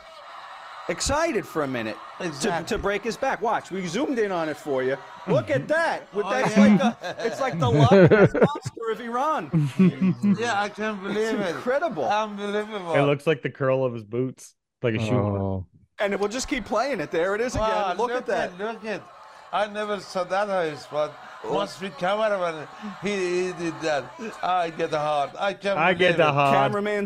[SPEAKER 11] excited for a minute to- to, break his back. Watch, we zoomed in on it for you. Look
[SPEAKER 2] <laughs>
[SPEAKER 11] at that.
[SPEAKER 2] Oh,
[SPEAKER 11] With that's like the, it's like the lion's monster
[SPEAKER 2] <laughs>
[SPEAKER 11] of Iran.
[SPEAKER 2] yeah, I can't believe it.
[SPEAKER 11] Incredible.
[SPEAKER 2] Unbelievable.
[SPEAKER 3] It looks like the curl of his boots, like a shoe. horn.
[SPEAKER 1] Oh.
[SPEAKER 11] and we'll just keep playing it. There it is again.
[SPEAKER 2] Wow,
[SPEAKER 11] look, at that.
[SPEAKER 2] Ah,
[SPEAKER 11] Oh.
[SPEAKER 2] look at. I never saw that house, but once we cameraman, he, he did that. I get the heart. I can't.
[SPEAKER 3] I get
[SPEAKER 2] believe
[SPEAKER 3] the
[SPEAKER 2] it.
[SPEAKER 3] hard.
[SPEAKER 11] Cameraman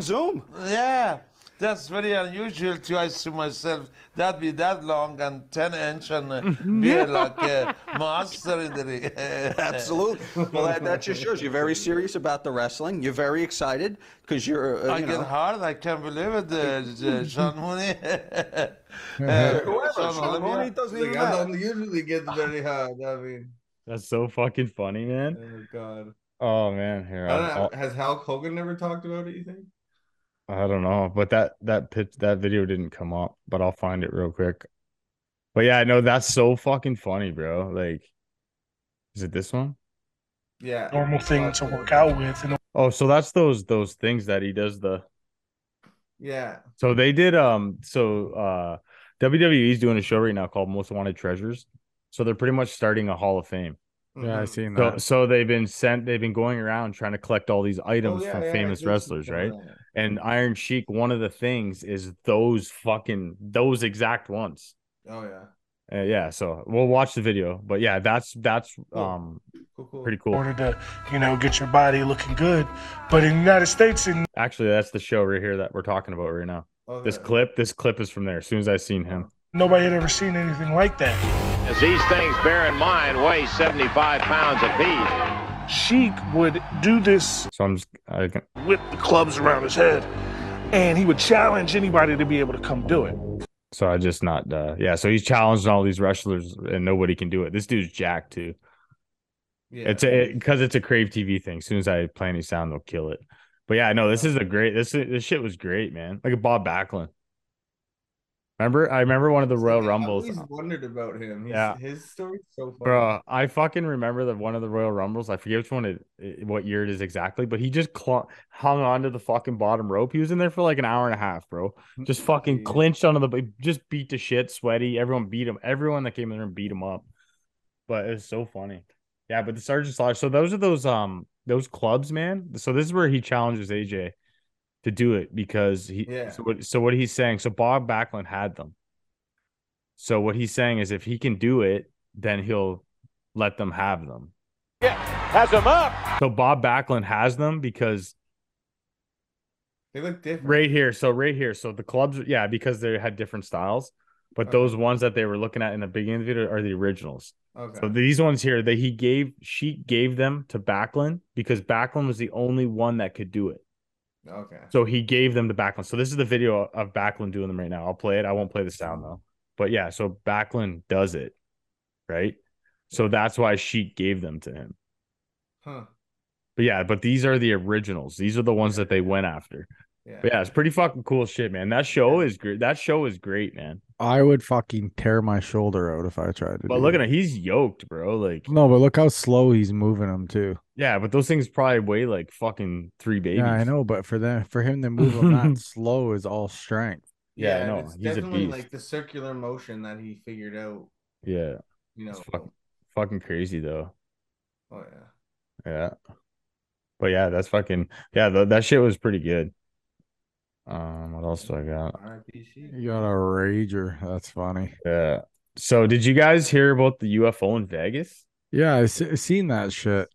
[SPEAKER 2] <laughs>
[SPEAKER 11] zoom.
[SPEAKER 2] Yeah, that's very unusual to I see myself that be that long and ten inch and uh, be like a monster in the.
[SPEAKER 11] Absolutely. Well, that, that just shows you're very serious about the wrestling. You're very excited because you're. Uh,
[SPEAKER 2] I
[SPEAKER 11] you
[SPEAKER 2] get
[SPEAKER 11] know,
[SPEAKER 2] hard. I can't believe it, uh, uh, Sean Mooney. <laughs>
[SPEAKER 11] Whoever, Sean Mooney, it doesn't even
[SPEAKER 2] I
[SPEAKER 11] matter.
[SPEAKER 2] don't usually get very hard. I mean,
[SPEAKER 3] That's so fucking funny, man.
[SPEAKER 2] oh God.
[SPEAKER 3] Oh man, here.
[SPEAKER 2] I don't
[SPEAKER 3] I'll-
[SPEAKER 2] know, has Hulk Hogan never talked about it? You think?
[SPEAKER 3] I don't know, but that that pitch that video didn't come up, but I'll find it real quick. But yeah, no, that's so fucking funny, bro. Like, is it this one?
[SPEAKER 2] Yeah.
[SPEAKER 12] normal thing to work out with. And
[SPEAKER 3] Oh, so that's those those things that he does the.
[SPEAKER 2] Yeah.
[SPEAKER 3] So they did um so uh WWE's doing a show right now called Most Wanted Treasures. So they're pretty much starting a Hall of Fame.
[SPEAKER 1] Yeah, I
[SPEAKER 2] Mhm.
[SPEAKER 1] seen
[SPEAKER 3] So
[SPEAKER 1] that.
[SPEAKER 3] so they've been sent they've been going around trying to collect all these
[SPEAKER 2] Oh,
[SPEAKER 3] items
[SPEAKER 2] yeah,
[SPEAKER 3] from
[SPEAKER 2] yeah, uh, I
[SPEAKER 3] famous
[SPEAKER 2] did see
[SPEAKER 3] wrestlers,
[SPEAKER 2] some
[SPEAKER 3] right?
[SPEAKER 2] of that.
[SPEAKER 3] And Iron Sheik, one of the things is those fucking those exact ones.
[SPEAKER 2] Oh yeah.
[SPEAKER 3] Uh, yeah, so we'll watch the video, but yeah, that's that's
[SPEAKER 2] Cool.
[SPEAKER 3] um
[SPEAKER 2] Cool. Cool.
[SPEAKER 3] pretty
[SPEAKER 12] in
[SPEAKER 3] cool.
[SPEAKER 12] order to, you know, get your body looking good. But in the United States, in
[SPEAKER 3] Actually, that's the show right here that we're talking about right now.
[SPEAKER 2] Okay.
[SPEAKER 3] This clip, this clip is from there. As soon as I seen him,
[SPEAKER 12] nobody had ever seen anything like that.
[SPEAKER 13] As these things, bear in mind, weigh 75 pounds apiece.
[SPEAKER 12] Sheik would do this
[SPEAKER 3] so I'm just I, can-
[SPEAKER 12] with the clubs around his head, and he would challenge anybody to be able to come do it.
[SPEAKER 3] So I just not uh yeah, so he's challenging all these wrestlers and nobody can do it. This dude's jacked too.
[SPEAKER 2] Yeah.
[SPEAKER 3] It's a because it's a Crave TV thing. As soon as I play any sound, they'll kill it. But yeah, no, this is a great this this shit was great, man. Like a Bob Backlund. Remember, I remember one of the Royal Rumbles.
[SPEAKER 2] I always wondered about him. His,
[SPEAKER 3] Yeah.
[SPEAKER 2] his story's so funny.
[SPEAKER 3] Bro, I fucking remember that one of the Royal Rumbles. I forget which one it, it- what year it is exactly, but he just cl- hung on to the fucking bottom rope. He was in there for like an hour and a half, bro. Just fucking clinched onto the just beat the shit, sweaty. Everyone beat him. Everyone that came in there beat him up. But it was so funny. Yeah, but the Sergeant Slaughter. So those are those um those clubs, man. So this is where he challenges AJ to do it because he
[SPEAKER 2] Yeah.
[SPEAKER 3] so what, so what he's saying, so Bob Backlund had them. So what he's saying is if he can do it, then he'll let them have them.
[SPEAKER 4] Has him up.
[SPEAKER 3] So Bob Backlund has them because
[SPEAKER 2] They look different.
[SPEAKER 3] right here. So right here. So the clubs, yeah, because they had different styles, but
[SPEAKER 2] Okay.
[SPEAKER 3] those ones that they were looking at in the beginning of the video are the originals.
[SPEAKER 2] Okay.
[SPEAKER 3] So these ones here that he gave, Sheik gave them to Backlund because Backlund was the only one that could do it.
[SPEAKER 2] okay.
[SPEAKER 3] So he gave them the Backlund. So this is the video of Backlund doing them right now. I'll play it. I won't play the sound though. But yeah, so Backlund does it, right? So that's why Sheik gave them to him.
[SPEAKER 2] Huh.
[SPEAKER 3] But yeah, but these are the originals. These are the ones that they went after.
[SPEAKER 2] Yeah.
[SPEAKER 3] But yeah, it's pretty fucking cool shit, man. That show is great. That show is great, man.
[SPEAKER 1] I would fucking tear my shoulder out if I tried to.
[SPEAKER 3] But
[SPEAKER 1] do
[SPEAKER 3] look
[SPEAKER 1] it.
[SPEAKER 3] at it, he's yoked, bro. Like,
[SPEAKER 1] no, but look how slow he's moving him too.
[SPEAKER 3] yeah, but those things probably weigh like fucking three babies.
[SPEAKER 1] Yeah, I know, but for them, for him to move him
[SPEAKER 3] <laughs>
[SPEAKER 1] that slow is all strength.
[SPEAKER 3] Yeah,
[SPEAKER 2] and
[SPEAKER 3] no,
[SPEAKER 2] it's
[SPEAKER 3] he's a
[SPEAKER 2] definitely
[SPEAKER 3] beast.
[SPEAKER 2] like the circular motion that he figured out.
[SPEAKER 3] Yeah,
[SPEAKER 2] You know.
[SPEAKER 3] it's fuck, fucking crazy though.
[SPEAKER 2] Oh yeah.
[SPEAKER 3] Yeah. But yeah, that's fucking yeah. Th- that shit was pretty good. Um, what else do I got?
[SPEAKER 2] RIPC.
[SPEAKER 1] You got a rager. That's funny.
[SPEAKER 3] Yeah. So did you guys hear about the UFO in Vegas?
[SPEAKER 1] Yeah, I se- seen that shit.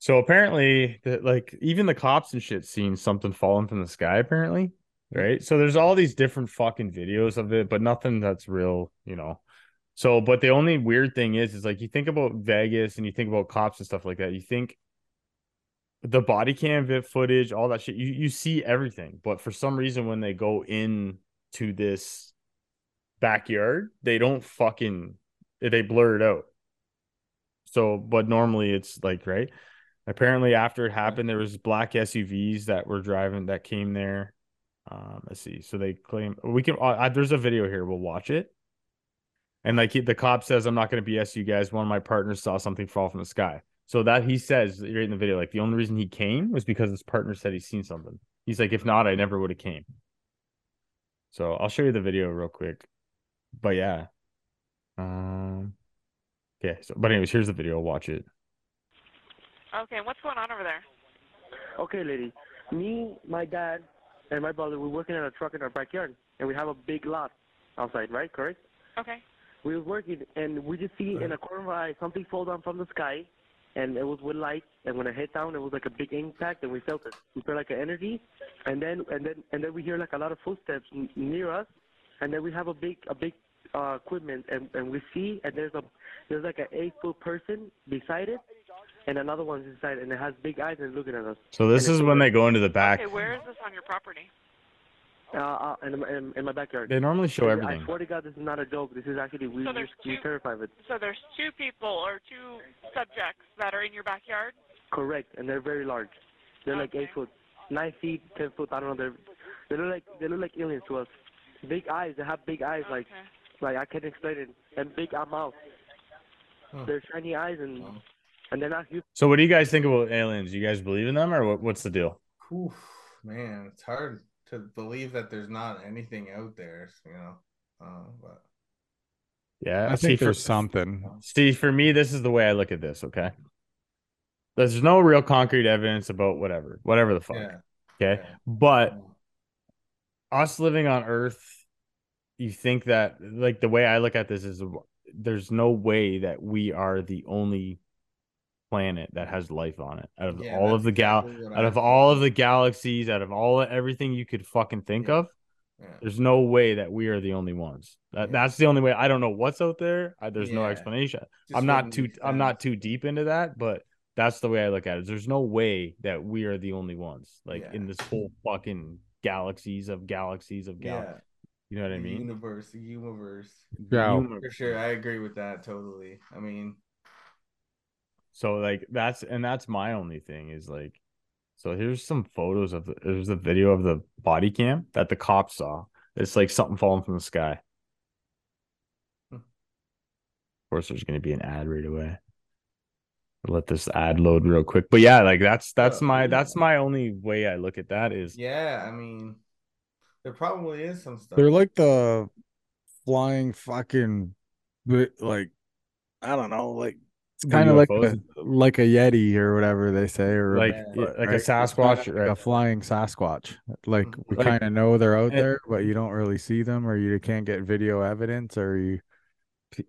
[SPEAKER 3] So apparently, that like even the cops and shit seen something falling from the sky. Apparently, right? So there's all these different fucking videos of it, but nothing that's real, you know. So, but the only weird thing is, is like you think about Vegas and you think about cops and stuff like that. You think the body cam vi- footage, all that shit, you you see everything, but for some reason, when they go in to this backyard, they don't fucking they blur it out. So, but normally it's like right apparently after it happened there was black suvs that were driving that came there um let's see so they claim we can uh, I, there's a video here we'll watch it and like he, the cop says i'm not going to bs you guys one of my partners saw something fall from the sky so that he says right in the video like the only reason he came was because his partner said he's seen something he's like if not i never would have came so i'll show you the video real quick but yeah um okay so but anyways here's the video watch it
[SPEAKER 14] Okay, what's going on over there?
[SPEAKER 11] Okay, lady. Me, my dad, and my brother, we're working on a truck in our backyard, and we have a big lot outside, right? Correct?
[SPEAKER 14] Okay.
[SPEAKER 11] We was working, and we just see in a corner of our eye something fall down from the sky, and it was with light. And when it hit down, it was like a big impact, and we felt it. We felt like an energy, and then and then and then we hear like a lot of footsteps n- near us, and then we have a big a big uh, equipment, and and we see, and there's a there's like an eight foot person beside it, and another one's inside, and it has big eyes and looking at us.
[SPEAKER 3] So this
[SPEAKER 11] And
[SPEAKER 3] is
[SPEAKER 11] it's
[SPEAKER 3] when they go into the back.
[SPEAKER 14] Okay, where is this on your property?
[SPEAKER 11] Uh, uh, in, in, in my backyard.
[SPEAKER 3] They normally show
[SPEAKER 11] I-
[SPEAKER 3] everything.
[SPEAKER 11] I swear to God, this is not a joke. This is actually we
[SPEAKER 14] So
[SPEAKER 11] we're,
[SPEAKER 14] there's
[SPEAKER 11] we're
[SPEAKER 14] two-
[SPEAKER 11] terrified of it.
[SPEAKER 14] So there's two people or two subjects that are in your backyard.
[SPEAKER 11] Correct, and they're very large. They're like eight foot, nine feet, ten foot. I don't know. They're they look like they look like aliens to us. Big eyes. They have big eyes. Like like I can't explain it. And big uh, mouth. They're shiny eyes and and they're not human.
[SPEAKER 3] So what do you guys think about aliens? You guys believe in them or what, what's the deal?
[SPEAKER 2] Oof, man, it's hard to believe that there's not anything out there. You know. Uh, but
[SPEAKER 3] Yeah,
[SPEAKER 1] I think there's
[SPEAKER 3] for,
[SPEAKER 1] something.
[SPEAKER 3] See, for me, this is the way I look at this. Okay, there's no real concrete evidence about whatever, whatever the fuck. Okay, but us living on Earth, you think that like the way I look at this is there's no way that we are the only planet that has life on it out of
[SPEAKER 2] Yeah,
[SPEAKER 3] all
[SPEAKER 2] that's
[SPEAKER 3] of the gal
[SPEAKER 2] exactly what
[SPEAKER 3] out
[SPEAKER 2] I
[SPEAKER 3] of
[SPEAKER 2] think.
[SPEAKER 3] all of the galaxies out of all everything you could fucking think of there's no way that we are the only ones that, that's the only way i don't know what's out there I, there's no
[SPEAKER 2] Yeah.
[SPEAKER 3] explanation
[SPEAKER 2] Just
[SPEAKER 3] i'm not
[SPEAKER 2] wouldn't
[SPEAKER 3] too
[SPEAKER 2] make
[SPEAKER 3] i'm not too deep into that but that's the way i look at it there's no way that we are the only ones like in this whole fucking galaxies of galaxies of
[SPEAKER 2] Yeah.
[SPEAKER 3] galaxies You know what I mean?
[SPEAKER 2] Universe, the universe.
[SPEAKER 1] Yeah.
[SPEAKER 2] For sure. I agree with that totally. I mean,
[SPEAKER 3] So like that's and that's my only thing is like so here's some photos of the there's a video of the body cam that the cops saw. It's like something falling from the sky. Of
[SPEAKER 2] Hmm.
[SPEAKER 3] course there's gonna be an ad right away. Let this ad load real quick. But yeah, like that's that's my that's my only way I look at that is
[SPEAKER 2] Oh, yeah, I mean, there probably is some stuff.
[SPEAKER 1] They're like the flying fucking li- like I don't know, like it's
[SPEAKER 3] The
[SPEAKER 1] kind of like
[SPEAKER 3] UFOs.
[SPEAKER 1] a, like a yeti or whatever they say, or
[SPEAKER 3] Like- like a
[SPEAKER 1] It's kinda
[SPEAKER 3] Sasquatch, right? Mm-hmm.
[SPEAKER 1] like a flying Sasquatch. Like we
[SPEAKER 3] Like-
[SPEAKER 1] kind of know they're out
[SPEAKER 3] and-
[SPEAKER 1] there, but you don't really see them, or you can't get video evidence, or you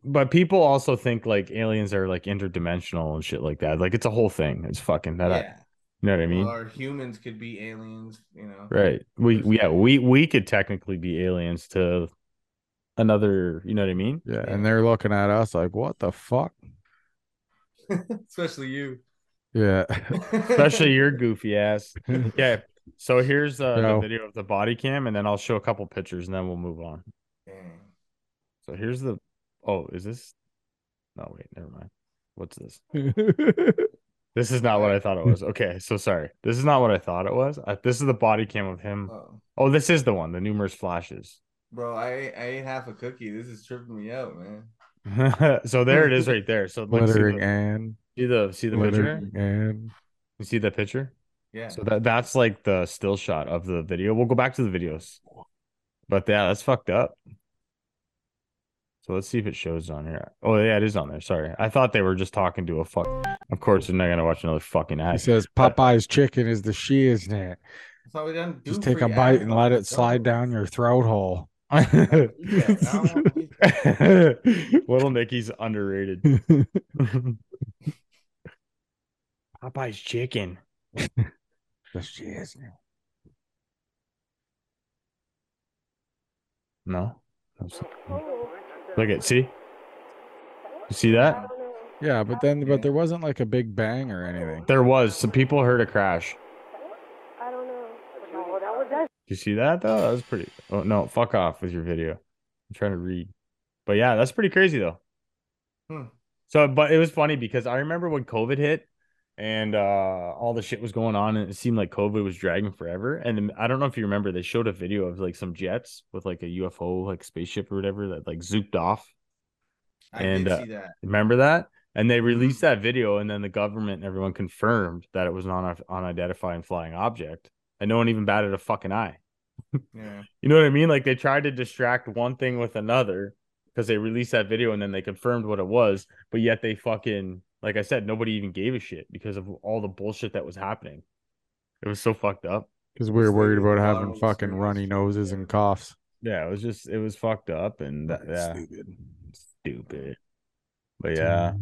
[SPEAKER 3] but people also think like aliens are like interdimensional and shit like that. Like it's a whole thing. It's fucking that
[SPEAKER 2] Yeah.
[SPEAKER 3] you know what I mean?
[SPEAKER 2] Or humans could be aliens, you know.
[SPEAKER 3] Right. We yeah, we we could technically be aliens to another, you know what I mean?
[SPEAKER 1] yeah, and they're looking at us like, what the fuck?
[SPEAKER 2] <laughs> Especially you.
[SPEAKER 1] Yeah,
[SPEAKER 3] <laughs>
[SPEAKER 1] <laughs>
[SPEAKER 2] <laughs>
[SPEAKER 3] Especially your goofy ass. Okay. So here's uh,
[SPEAKER 1] No.
[SPEAKER 3] the video of the body cam and then I'll show a couple pictures and then we'll move on. So here's the Oh, is this No, wait, never mind. What's this? This is not what I thought it was. Okay, so sorry. This is not what I thought it was. Uh, this is the body cam of him.
[SPEAKER 2] Oh.
[SPEAKER 3] Oh, this is the one, the numerous flashes. <laughs>
[SPEAKER 2] Bro, I ate- I ate half a cookie. This is tripping me out, man.
[SPEAKER 3] so there it is right there. So like, see
[SPEAKER 1] Glittering
[SPEAKER 3] the-
[SPEAKER 1] and
[SPEAKER 3] see the see the picture.
[SPEAKER 1] glittering and
[SPEAKER 3] You see the picture?
[SPEAKER 2] Yeah.
[SPEAKER 3] So that that's like the still shot of the video. We'll go back to the videos. But yeah, that's fucked up. So let's see if it shows on here. Oh yeah, it is on there. Sorry. I thought they were just talking to a fuck. Of course, they're not gonna watch another fucking
[SPEAKER 1] he
[SPEAKER 3] <laughs> ad.
[SPEAKER 1] says Popeye's chicken is the she, isn't it?
[SPEAKER 2] That's all we done.
[SPEAKER 1] Just
[SPEAKER 2] do
[SPEAKER 1] take
[SPEAKER 2] for
[SPEAKER 1] a
[SPEAKER 2] you.
[SPEAKER 1] bite and let it slide
[SPEAKER 2] Go.
[SPEAKER 1] down
[SPEAKER 2] <laughs>
[SPEAKER 1] your throat hole. <laughs>
[SPEAKER 3] Little Nicky's underrated. <laughs> Popeye's chicken.
[SPEAKER 1] Just she is now.
[SPEAKER 3] No. Look at see. You see that?
[SPEAKER 1] Yeah, but then but there wasn't like a big bang or anything.
[SPEAKER 3] There was some people heard a crash. Do you see that though? That was pretty. Oh no! Fuck off with your video. I'm trying to read. But yeah, that's pretty crazy though.
[SPEAKER 2] Hmm.
[SPEAKER 3] So, but it was funny because I remember when COVID hit and uh all the shit was going on, and it seemed like COVID was dragging forever. And then- I don't know if you remember, they showed a video of like some jets with like a UFO, like spaceship or whatever, that like zooped off.
[SPEAKER 2] I
[SPEAKER 3] and
[SPEAKER 2] did
[SPEAKER 3] uh,
[SPEAKER 2] see that.
[SPEAKER 3] remember that? And they released that video, and then the government and everyone confirmed that it was not an unidentified flying object, and no one even batted a fucking eye.
[SPEAKER 2] Yeah.
[SPEAKER 3] You know what I mean? Like they tried to distract one thing with another because they released that video and then they confirmed what it was, but yet they fucking, like I said, nobody even gave a shit because of all the bullshit that was happening. It was so fucked up.
[SPEAKER 1] Because we were worried about
[SPEAKER 2] bottle
[SPEAKER 1] having
[SPEAKER 2] of
[SPEAKER 1] fucking
[SPEAKER 2] screws.
[SPEAKER 1] runny noses and <laughs> coughs.
[SPEAKER 3] Yeah, it was just it was fucked up and that, yeah,
[SPEAKER 1] Stupid.
[SPEAKER 3] stupid. But yeah,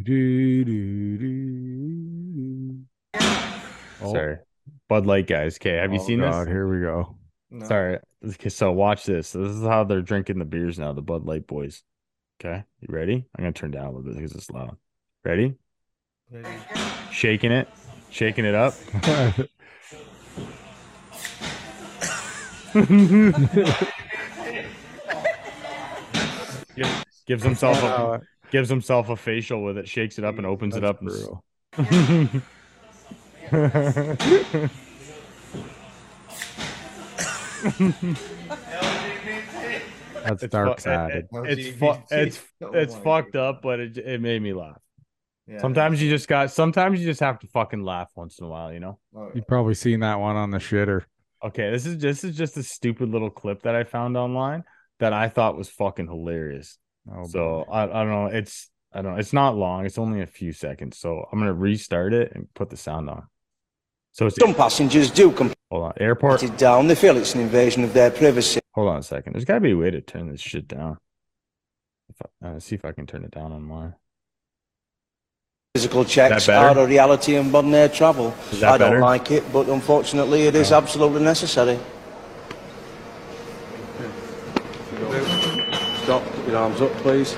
[SPEAKER 1] Oh.
[SPEAKER 3] sorry. Bud Light guys, okay. Have you
[SPEAKER 1] Oh,
[SPEAKER 3] seen
[SPEAKER 1] God,
[SPEAKER 3] this?
[SPEAKER 1] Here we go.
[SPEAKER 2] No.
[SPEAKER 3] Sorry. Okay, so watch this. This is how they're drinking the beers now, the Bud Light boys. Okay, you ready? I'm gonna turn down a little bit because it's loud. Ready? Shaking it, shaking it up. <laughs> Gives, gives himself
[SPEAKER 1] Oh.
[SPEAKER 3] a, gives himself a facial with it, shakes it up, and opens it
[SPEAKER 1] That's
[SPEAKER 3] up. and
[SPEAKER 1] <laughs>
[SPEAKER 3] s-
[SPEAKER 1] brutal. That's
[SPEAKER 3] It's
[SPEAKER 1] dark
[SPEAKER 3] fu-
[SPEAKER 1] sided.
[SPEAKER 3] it- it- it's fu- it's
[SPEAKER 2] <laughs> Oh
[SPEAKER 3] it's
[SPEAKER 2] my
[SPEAKER 3] fucked up, but it it made me laugh.
[SPEAKER 2] Yeah.
[SPEAKER 3] Sometimes you just got. Sometimes you just have to fucking laugh once in a while, you know.
[SPEAKER 2] Oh, yeah.
[SPEAKER 1] You've probably seen that one on the shitter.
[SPEAKER 3] Okay, this is this is just a stupid little clip that I found online that I thought was fucking hilarious.
[SPEAKER 1] Oh,
[SPEAKER 3] so I, I don't know. It's I don't. It's not long. It's only a few seconds. So I'm gonna restart it and put the sound on. So it's
[SPEAKER 15] Some passengers do complain
[SPEAKER 3] hold on. Airport.
[SPEAKER 15] it down. They feel it's an invasion of their privacy.
[SPEAKER 3] Hold on a second. There's gotta be a way to turn this shit down. If I, uh, see if I can turn it down on mine.
[SPEAKER 15] Physical checks
[SPEAKER 3] better?
[SPEAKER 15] are a reality in modern air travel.
[SPEAKER 3] Is that
[SPEAKER 15] I don't
[SPEAKER 3] better?
[SPEAKER 15] like it, but unfortunately, it is absolutely necessary. Stop. Put your arms up, please.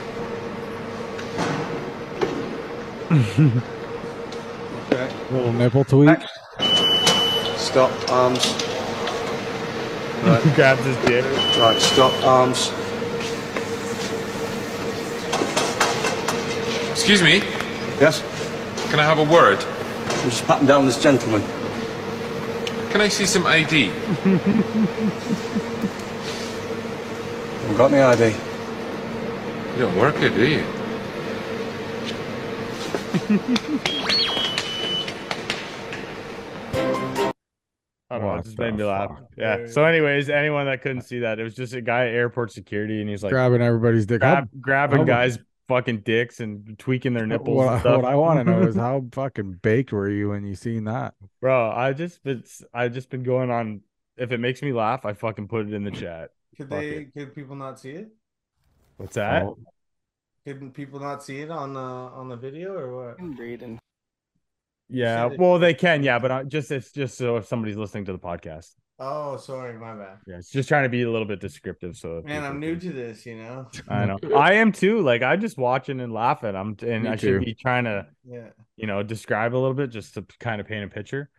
[SPEAKER 1] Little nipple tweak.
[SPEAKER 15] Stop. Arms. Right.
[SPEAKER 3] Grabs his dick.
[SPEAKER 15] Right, stop, arms.
[SPEAKER 16] Excuse me,
[SPEAKER 15] Yes?
[SPEAKER 16] can I have a word?
[SPEAKER 15] I'm just patting down this gentleman.
[SPEAKER 16] Can I see some ID?
[SPEAKER 15] I've got my ID.
[SPEAKER 16] You don't work here, do you?
[SPEAKER 3] I don't know. It
[SPEAKER 1] What
[SPEAKER 3] just
[SPEAKER 1] the
[SPEAKER 3] made me laugh.
[SPEAKER 1] fuck?
[SPEAKER 3] Yeah. So, anyways, anyone that couldn't see that, it was just a guy at airport security, and he's like
[SPEAKER 1] Grabbing everybody's dick. How-
[SPEAKER 3] grab, grabbing
[SPEAKER 1] how-
[SPEAKER 3] guys fucking dicks and tweaking their nipples.
[SPEAKER 1] What,
[SPEAKER 3] and
[SPEAKER 1] I-
[SPEAKER 3] stuff.
[SPEAKER 1] what I want to
[SPEAKER 3] <laughs>
[SPEAKER 1] know is how fucking baked were you when you seen that?
[SPEAKER 3] bro. I just been, I just been going on. If it makes me laugh, I fucking put it in the chat.
[SPEAKER 2] Could
[SPEAKER 3] Fuck
[SPEAKER 2] they?
[SPEAKER 3] it.
[SPEAKER 2] Could people not see it?
[SPEAKER 3] What's that?
[SPEAKER 1] Oh.
[SPEAKER 2] Could people not see it on the on the video or what? I'm reading.
[SPEAKER 3] Yeah.
[SPEAKER 2] said it-
[SPEAKER 3] Well, they can. Yeah, but I, just it's just so if somebody's listening to the podcast,
[SPEAKER 2] Oh, sorry, my bad.
[SPEAKER 3] yeah, it's just trying to be a little bit descriptive. So if
[SPEAKER 2] Man,
[SPEAKER 3] people- <laughs>
[SPEAKER 2] I'm new to this, you know.
[SPEAKER 3] I
[SPEAKER 2] <laughs>
[SPEAKER 3] know. I am too. Like I'm just watching and laughing. I'm and
[SPEAKER 1] Me
[SPEAKER 3] I
[SPEAKER 1] too.
[SPEAKER 3] should be trying to,
[SPEAKER 2] Yeah.
[SPEAKER 3] you know, describe a little bit just to kind of paint a picture.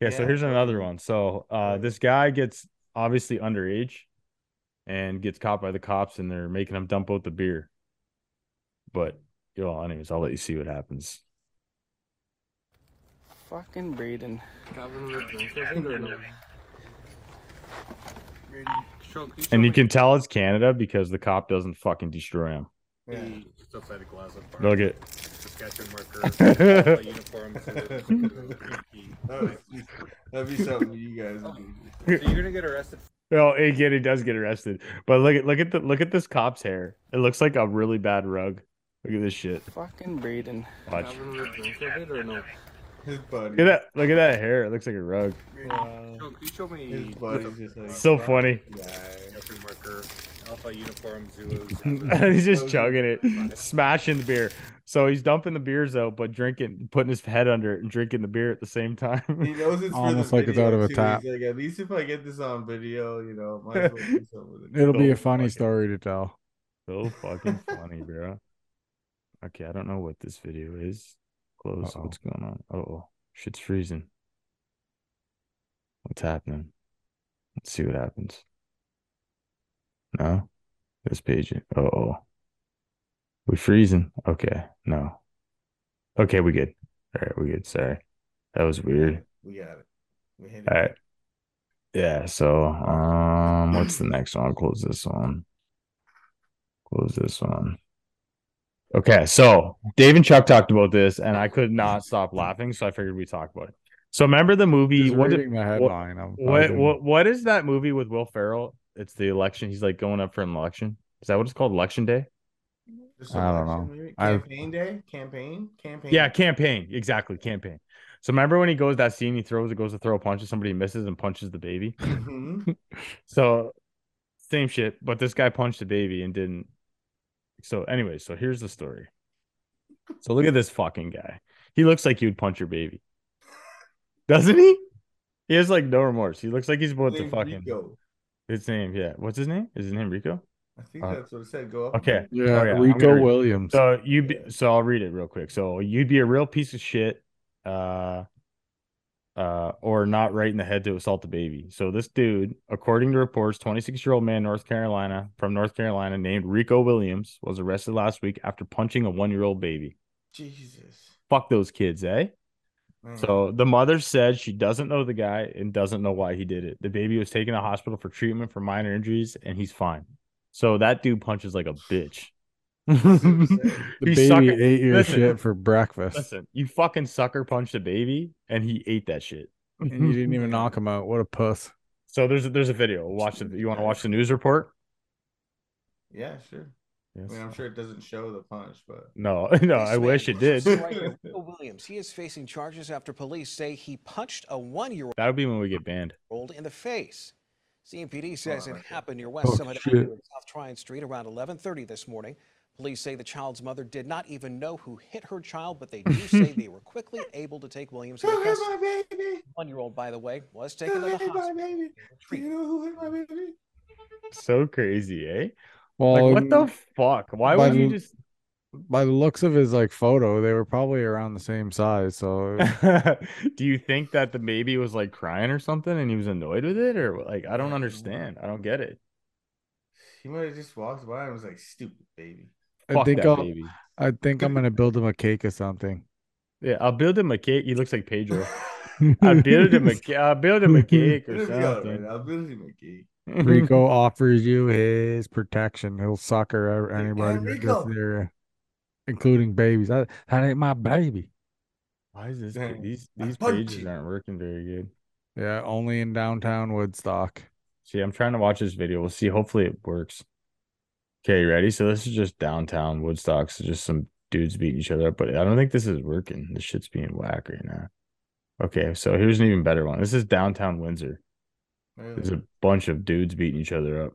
[SPEAKER 3] Yeah, so
[SPEAKER 2] Yeah.
[SPEAKER 3] here's another one. So uh this guy gets obviously underage and gets caught by the cops and they're making him dump out the beer. But you know, anyways, I'll let you see what happens.
[SPEAKER 5] Fucking breeding.
[SPEAKER 3] And you can tell it's Canada because the cop doesn't fucking destroy him.
[SPEAKER 2] <laughs>
[SPEAKER 3] Look at <laughs>
[SPEAKER 2] That would- That'd be something you guys would do.
[SPEAKER 3] So you're
[SPEAKER 2] gonna get arrested.
[SPEAKER 3] Well, again, he does get arrested. But look at look at the look at this cop's hair. It looks like a really bad rug. Look at this shit.
[SPEAKER 5] Fucking breeding.
[SPEAKER 3] Watch.
[SPEAKER 2] His buddy.
[SPEAKER 3] Look at that look at that hair. It looks like a rug.
[SPEAKER 2] Wow. His buddy's just like
[SPEAKER 3] So funny. <laughs>
[SPEAKER 17] Alpha uniform
[SPEAKER 3] And he's just chugging it, smashing the beer. So he's dumping the beers out, but drinking, putting his head under it and drinking the beer at the same
[SPEAKER 2] He
[SPEAKER 3] time. <laughs>
[SPEAKER 2] knows it's
[SPEAKER 1] Almost
[SPEAKER 2] for the
[SPEAKER 1] like it's
[SPEAKER 2] video,
[SPEAKER 1] out of a
[SPEAKER 2] too.
[SPEAKER 1] tap.
[SPEAKER 2] He's like, at least if I get this on video, you know, might as well do something with
[SPEAKER 1] <laughs>
[SPEAKER 2] it.
[SPEAKER 1] It'll be a
[SPEAKER 3] So
[SPEAKER 1] funny story to tell.
[SPEAKER 3] so fucking funny, bro. Okay, I don't know what this video is. Close. What's going on? Oh, shit's freezing. What's happening? Let's see what happens. No, this page. Oh, oh, we freezing. Okay, no. Okay, we good. All right, we good. Sorry, that was weird.
[SPEAKER 2] We got it. We hit
[SPEAKER 3] All right. Yeah. So, um, what's the next one? I'll Close this one. Close this one. Okay, so Dave and Chuck talked about this, and I could not stop laughing, so I figured we talk about it. So remember the movie?
[SPEAKER 1] Just
[SPEAKER 3] what did-
[SPEAKER 1] reading the
[SPEAKER 3] what-
[SPEAKER 1] headline. I'm- I
[SPEAKER 3] What,
[SPEAKER 1] didn't-
[SPEAKER 3] what what is that movie with Will Ferrell? It's the election. He's like going up for an election. Is that what it's called? Election Day?
[SPEAKER 2] Just a
[SPEAKER 3] I don't
[SPEAKER 2] election,
[SPEAKER 3] know.
[SPEAKER 2] maybe?
[SPEAKER 3] I-
[SPEAKER 2] Campaign day? Campaign? Campaign?
[SPEAKER 3] Yeah, campaign. Exactly, campaign. So remember when he goes that scene? He throws. It goes to throw a punch, and somebody misses and punches the baby.
[SPEAKER 2] Mhm.
[SPEAKER 3] So same shit, but this guy punched a baby and didn't. So anyway, so here's the story. So look at this fucking guy. He looks like you'd punch your baby. Doesn't he? He has like no remorse. He looks like he's about to
[SPEAKER 2] Name's
[SPEAKER 3] fucking
[SPEAKER 2] Rico.
[SPEAKER 3] his name. Yeah. What's his name? Is his name Rico?
[SPEAKER 2] I think
[SPEAKER 3] Uh,
[SPEAKER 2] that's what it said. Go up.
[SPEAKER 3] Okay.
[SPEAKER 1] Yeah,
[SPEAKER 3] Oh, I'm
[SPEAKER 1] Rico
[SPEAKER 3] gonna read-
[SPEAKER 1] Williams.
[SPEAKER 3] So you be, so I'll read it real quick. So you'd be a real piece of shit uh uh or not right in the head to assault the baby. So this dude, according to reports, 26-year-old man North Carolina from North Carolina named Rico Williams was arrested last week after punching a 1-year-old baby.
[SPEAKER 2] Jesus.
[SPEAKER 3] Fuck those kids, eh?
[SPEAKER 2] Man.
[SPEAKER 3] So the mother said she doesn't know the guy and doesn't know why he did it. The baby was taken to hospital for treatment for minor injuries and he's fine. So that dude punches like a
[SPEAKER 1] <laughs>
[SPEAKER 3] bitch.
[SPEAKER 1] The
[SPEAKER 3] You
[SPEAKER 1] baby
[SPEAKER 3] sucker-
[SPEAKER 1] ate your
[SPEAKER 3] listen.
[SPEAKER 1] shit for breakfast,
[SPEAKER 3] Listen, you fucking sucker punched a baby and he ate that shit.
[SPEAKER 1] and
[SPEAKER 3] <laughs>
[SPEAKER 1] you didn't even knock him out. What a puss!
[SPEAKER 3] So there's a, there's a video. Watch it. You want to watch the news report?
[SPEAKER 2] Yeah, sure. I mean, I'm sure it doesn't show the punch, but
[SPEAKER 3] No, <laughs> no, I wish
[SPEAKER 1] <laughs>
[SPEAKER 3] it did.
[SPEAKER 18] Striker
[SPEAKER 3] That
[SPEAKER 2] <laughs>
[SPEAKER 18] Will Oh, Williams. He is facing charges after police say he punched a one-year-old
[SPEAKER 3] would be when we get banned.
[SPEAKER 18] in the face. CMPD says it happened near West
[SPEAKER 3] Oh,
[SPEAKER 18] Summit
[SPEAKER 3] shit.
[SPEAKER 18] Avenue and South Tryon Street around 11:30 this morning. Police say the child's mother did not even know who hit her child, but they do say they were
[SPEAKER 3] <laughs>
[SPEAKER 18] quickly able to take Williams into custody. One-year-old, by the way, was taken to the hospital.
[SPEAKER 2] you know who hit my baby?
[SPEAKER 3] So crazy, eh?
[SPEAKER 1] Well, Um,
[SPEAKER 3] like, what the fuck? Why
[SPEAKER 1] by
[SPEAKER 3] would you
[SPEAKER 1] the-
[SPEAKER 3] just? <laughs>
[SPEAKER 1] by the looks of his like photo, they were probably around the same size.
[SPEAKER 3] <laughs>
[SPEAKER 1] So
[SPEAKER 3] Do you think that the baby was like crying or something and he was annoyed with it? Or like, I don't understand. I don't get it.
[SPEAKER 2] He might have just walked by and was like, "Stupid baby."
[SPEAKER 3] <laughs>
[SPEAKER 1] I
[SPEAKER 3] Fuck
[SPEAKER 1] think
[SPEAKER 3] that
[SPEAKER 1] I'll,
[SPEAKER 3] baby.
[SPEAKER 1] I think I'm gonna build him a cake or something.
[SPEAKER 3] Yeah, I'll build him a cake. He looks
[SPEAKER 1] <laughs>
[SPEAKER 3] like Pedro. I build him a ca- I'll build him a cake or
[SPEAKER 2] It'll be all right.
[SPEAKER 3] something.
[SPEAKER 2] I'll build him a cake.
[SPEAKER 3] <laughs>
[SPEAKER 1] Rico offers you his protection. He'll sucker a- anybody that gets
[SPEAKER 2] Rico.
[SPEAKER 1] near, including babies. That, that ain't my baby.
[SPEAKER 3] Why is this?
[SPEAKER 2] Dang.
[SPEAKER 3] These
[SPEAKER 2] I
[SPEAKER 3] these
[SPEAKER 2] punch
[SPEAKER 3] pages
[SPEAKER 2] you.
[SPEAKER 3] aren't working very good.
[SPEAKER 1] Yeah, only in downtown Woodstock.
[SPEAKER 3] See, I'm trying to watch this video. We'll see. Hopefully, it works. Okay, ready? So this is just downtown Woodstock. So just some dudes beating each other up. But I don't think this is working. This shit's being whack right now. Okay, so here's an even better one. This is downtown Windsor. There's a bunch of dudes beating each other up.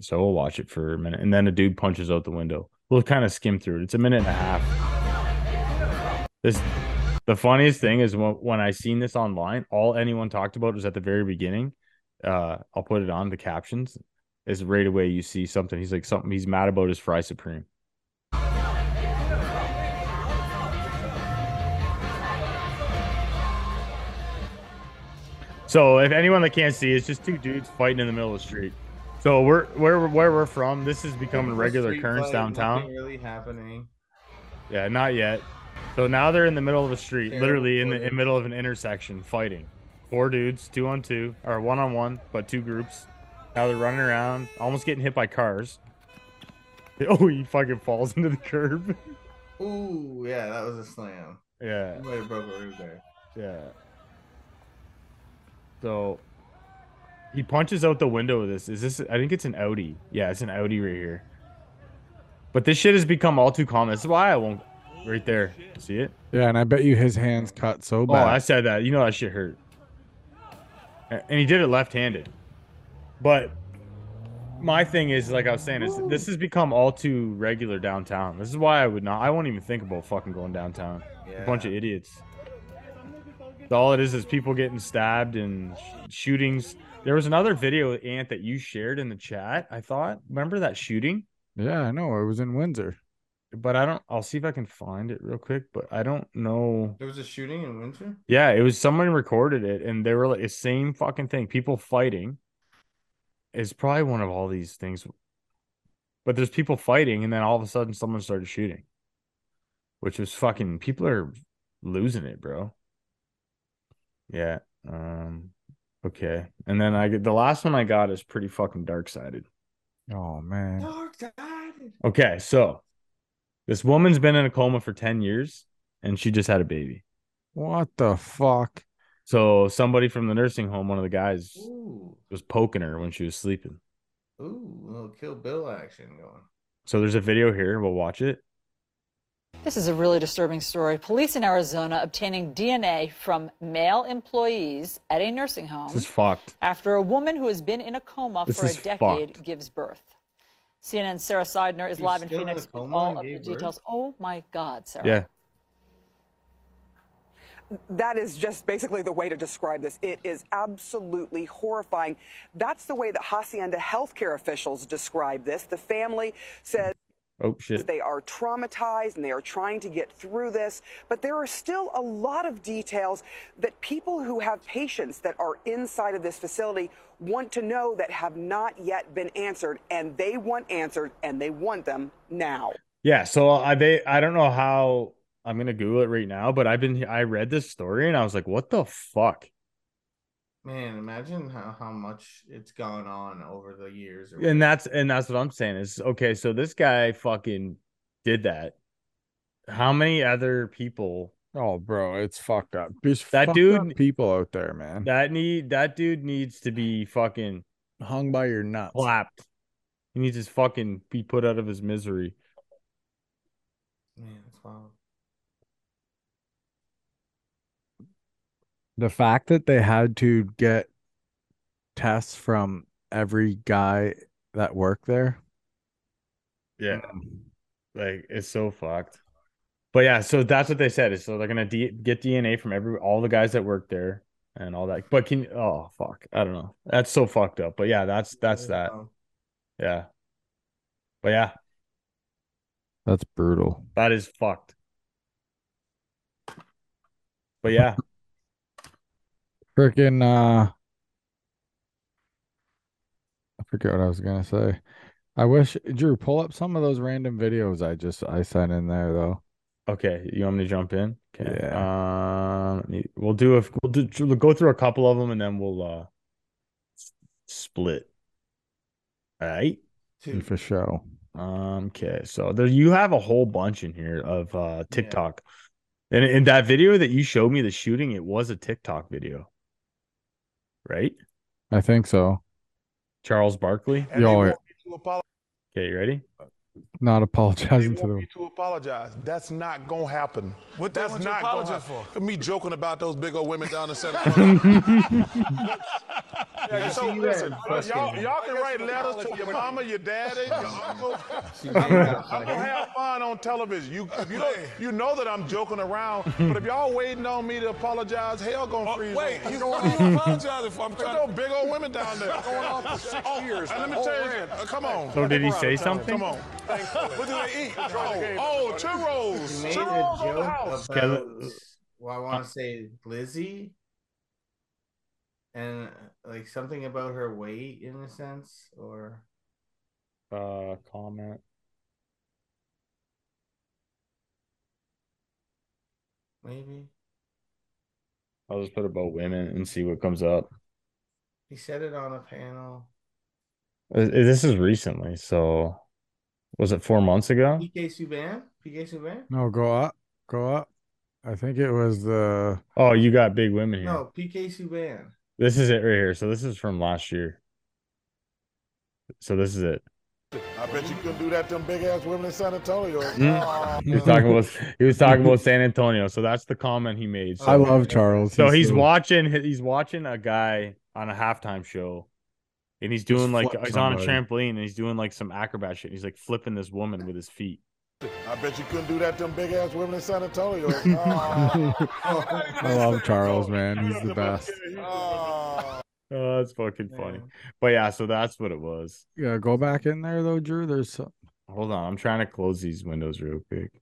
[SPEAKER 3] So we'll watch it for a minute, and then a dude punches out the window. We'll kind of skim through it. It's a minute and a half. This, the funniest thing is when, when I seen this online, all anyone talked about was at the very beginning. Uh, I'll put it on the captions. Is right away you see something. He's like something he's mad about is fry supreme. So if anyone that can't see, it's just two dudes fighting in the middle of the street. So we're where where we're from. This is becoming
[SPEAKER 2] Like,
[SPEAKER 3] regular
[SPEAKER 2] street
[SPEAKER 3] currents
[SPEAKER 2] fight,
[SPEAKER 3] downtown.
[SPEAKER 2] nothing Really happening.
[SPEAKER 3] Yeah, not yet. So now they're in the middle of a street,
[SPEAKER 2] Terrible
[SPEAKER 3] literally in the
[SPEAKER 2] footage.
[SPEAKER 3] in middle of an intersection, fighting. Four dudes, two on two, or one on one, but two groups. Now they're running around, almost getting hit by cars. <laughs> Oh, he fucking falls into the curb. <laughs>
[SPEAKER 2] Ooh, yeah, that was a slam.
[SPEAKER 3] Yeah.
[SPEAKER 2] He might have broke a rib there.
[SPEAKER 3] Yeah. So he punches out the window of this. Is this I think it's an Audi. Yeah, it's an Audi right here. But this shit has become all too common. This is why I won't right there. See it?
[SPEAKER 1] Yeah, and I bet you his hands cut so
[SPEAKER 3] Oh, I
[SPEAKER 1] bad.
[SPEAKER 3] said that. You know that shit hurt. A- And he did it left-handed. But my thing is, like I was saying, is this has become all too regular downtown. This is why I would not. I won't even think about fucking going downtown. A bunch of idiots. All it is is people getting stabbed and sh- shootings. There was another video, Ant, that you shared in the chat. I thought. Remember that shooting?
[SPEAKER 1] yeah, I know. It was in Windsor.
[SPEAKER 3] But I don't. I'll see if I can find it real quick. But I don't know.
[SPEAKER 2] There was a shooting in Windsor.
[SPEAKER 3] Yeah, it was someone recorded it, and they were like the same fucking thing. People fighting is probably one of all these things. But there's people fighting, and then all of a sudden, someone started shooting, which was fucking. People are losing it, bro. Yeah. Um. Okay. And then I get the last one I got is pretty fucking dark sided.
[SPEAKER 1] Oh man.
[SPEAKER 3] Okay, so this woman's been in a coma for 10 years and she just had a baby.
[SPEAKER 1] What the fuck?
[SPEAKER 3] So somebody from the nursing home, one of the guys
[SPEAKER 2] Ooh,
[SPEAKER 3] was poking her when she was sleeping.
[SPEAKER 2] ooh, a little Kill Bill action going.
[SPEAKER 3] So there's a video here, we'll watch it.
[SPEAKER 17] This is a really disturbing story. Police in Arizona obtaining DNA from male employees at a nursing home
[SPEAKER 3] This is fucked.
[SPEAKER 17] after a woman who has been in a coma
[SPEAKER 3] This
[SPEAKER 17] for a
[SPEAKER 3] is
[SPEAKER 17] decade gives birth. CNN's Sarah Seidner is
[SPEAKER 2] She's
[SPEAKER 17] live in
[SPEAKER 2] still in
[SPEAKER 17] Phoenix
[SPEAKER 2] a
[SPEAKER 17] with
[SPEAKER 2] coma and
[SPEAKER 17] all of the
[SPEAKER 2] gave birth?
[SPEAKER 17] details. Oh my God, Sarah.
[SPEAKER 3] Yeah.
[SPEAKER 19] That is just basically the way to describe this. It is absolutely horrifying. That's the way that Hacienda healthcare officials describe this. The family says
[SPEAKER 3] Oh shit.
[SPEAKER 19] they are traumatized and they are trying to get through this, but there are still a lot of details that people who have patients that are inside of this facility want to know that have not yet been answered, and they want answered and they want them now.
[SPEAKER 3] Yeah, so I they I don't know how I'm gonna Google it right now, but I've been I read this story and I was like, what the fuck?
[SPEAKER 2] Man, imagine how, how much it's gone on over the years. or
[SPEAKER 3] And that's and that's what I'm saying is okay, so this guy fucking did that. How many other people
[SPEAKER 1] Oh, bro, it's fucked up. There's
[SPEAKER 3] That
[SPEAKER 1] fucked up
[SPEAKER 3] dude-
[SPEAKER 1] people out there, man.
[SPEAKER 3] That need that dude needs to be fucking
[SPEAKER 1] hung by your nuts.
[SPEAKER 3] Clapped. He needs to fucking be put out of his misery.
[SPEAKER 2] Man, it's wild.
[SPEAKER 1] the fact that they had to get tests from every guy that worked there.
[SPEAKER 3] Yeah. Like it's so fucked. Um, But yeah, so that's what they said. Is so they're gonna D- get DNA from every all the guys that work there and all that. But can oh fuck, I don't know. That's so fucked up. But yeah, that's that's that. Yeah. But yeah,
[SPEAKER 1] That's brutal.
[SPEAKER 3] That is fucked. But yeah,
[SPEAKER 1] Freaking uh I forget what I was gonna say. I wish Drew, pull up some of those random videos I just I sent in there though.
[SPEAKER 3] okay. You want me to jump in? Okay. Yeah. Um, let me- we'll do a we'll do we'll go through a couple of them and then we'll uh s- split. All right.
[SPEAKER 1] For show.
[SPEAKER 3] Um, okay, so there you have a whole bunch in here of uh TikTok. And in that video that you showed me the shooting, it was a TikTok video. Right?
[SPEAKER 1] I think so.
[SPEAKER 3] Charles Barkley.
[SPEAKER 1] And they Yo, want
[SPEAKER 12] to apologize.
[SPEAKER 3] Okay, you ready?
[SPEAKER 1] <laughs> Not apologizing to them.
[SPEAKER 12] to apologize. That's not gonna happen. What
[SPEAKER 8] they
[SPEAKER 12] That's
[SPEAKER 8] want you to
[SPEAKER 12] gonna
[SPEAKER 8] apologize
[SPEAKER 12] happen. Me joking about those big old women down in <laughs> Santa
[SPEAKER 8] can
[SPEAKER 12] Clara. so
[SPEAKER 8] see you
[SPEAKER 12] listen,
[SPEAKER 8] had busted.
[SPEAKER 12] y'all,
[SPEAKER 2] <laughs>
[SPEAKER 12] <laughs> y'all can write letters to your mama, your daddy, your uncle.
[SPEAKER 8] See,
[SPEAKER 12] I'm,
[SPEAKER 8] you had
[SPEAKER 12] I'm gonna have fun on television. You, if you don't, you know that I'm joking around. But if y'all waiting on me to apologize, hell gonna freeze.
[SPEAKER 8] wait,
[SPEAKER 12] over.
[SPEAKER 8] you- what are
[SPEAKER 12] <laughs>
[SPEAKER 8] you apologizing for? I'm
[SPEAKER 12] There's
[SPEAKER 8] trying-
[SPEAKER 12] no big old women down there. Oh,
[SPEAKER 8] Going on for six years,
[SPEAKER 12] And let me
[SPEAKER 8] whole
[SPEAKER 12] tell you,
[SPEAKER 8] rant.
[SPEAKER 12] uh, come on.
[SPEAKER 3] So did he say
[SPEAKER 12] Come on.
[SPEAKER 3] something?
[SPEAKER 12] Come on.
[SPEAKER 8] what do they eat?
[SPEAKER 12] Oh, oh, churros.
[SPEAKER 2] Made a
[SPEAKER 12] Churros on the
[SPEAKER 2] joke
[SPEAKER 12] house.
[SPEAKER 2] about,
[SPEAKER 3] Okay.
[SPEAKER 2] well, I want to say Lizzie, and like something about her weight in a sense, or
[SPEAKER 3] Uh comment.
[SPEAKER 2] maybe
[SPEAKER 3] I'll just put about women and see what comes up.
[SPEAKER 2] he said it on a panel.
[SPEAKER 3] Uh, This is recently, so was it four months ago?
[SPEAKER 2] PK Subban, PK Subban,
[SPEAKER 1] No, go up. Go up. I think it was <laughs> the
[SPEAKER 3] Oh, you got big women here.
[SPEAKER 2] no PK Subban.
[SPEAKER 3] This is it right here. So this is from last year. So this is it.
[SPEAKER 12] I bet you couldn't do that to them big ass women in San Antonio.
[SPEAKER 1] Oh.
[SPEAKER 3] Mm. He was talking about he was talking <laughs> about San Antonio. So that's the comment he made.
[SPEAKER 1] <laughs>
[SPEAKER 3] So,
[SPEAKER 1] I love Charles.
[SPEAKER 3] So he's
[SPEAKER 1] the- <laughs>
[SPEAKER 3] watching he's watching a guy on a halftime show, and he's doing like
[SPEAKER 1] flipped
[SPEAKER 3] he's on a
[SPEAKER 1] somebody.
[SPEAKER 3] trampoline and he's doing like some acrobat shit. He's like flipping this woman with his feet.
[SPEAKER 12] I bet you couldn't do that to them big ass women in San
[SPEAKER 1] Oh,
[SPEAKER 12] Antonio.
[SPEAKER 1] <laughs> I love Charles, man. He's the <laughs> best.
[SPEAKER 3] Oh, that's fucking funny. But yeah, so that's what it was.
[SPEAKER 1] Yeah, go back in there though, Drew. There's some
[SPEAKER 3] Hold on, I'm trying to close these windows real quick.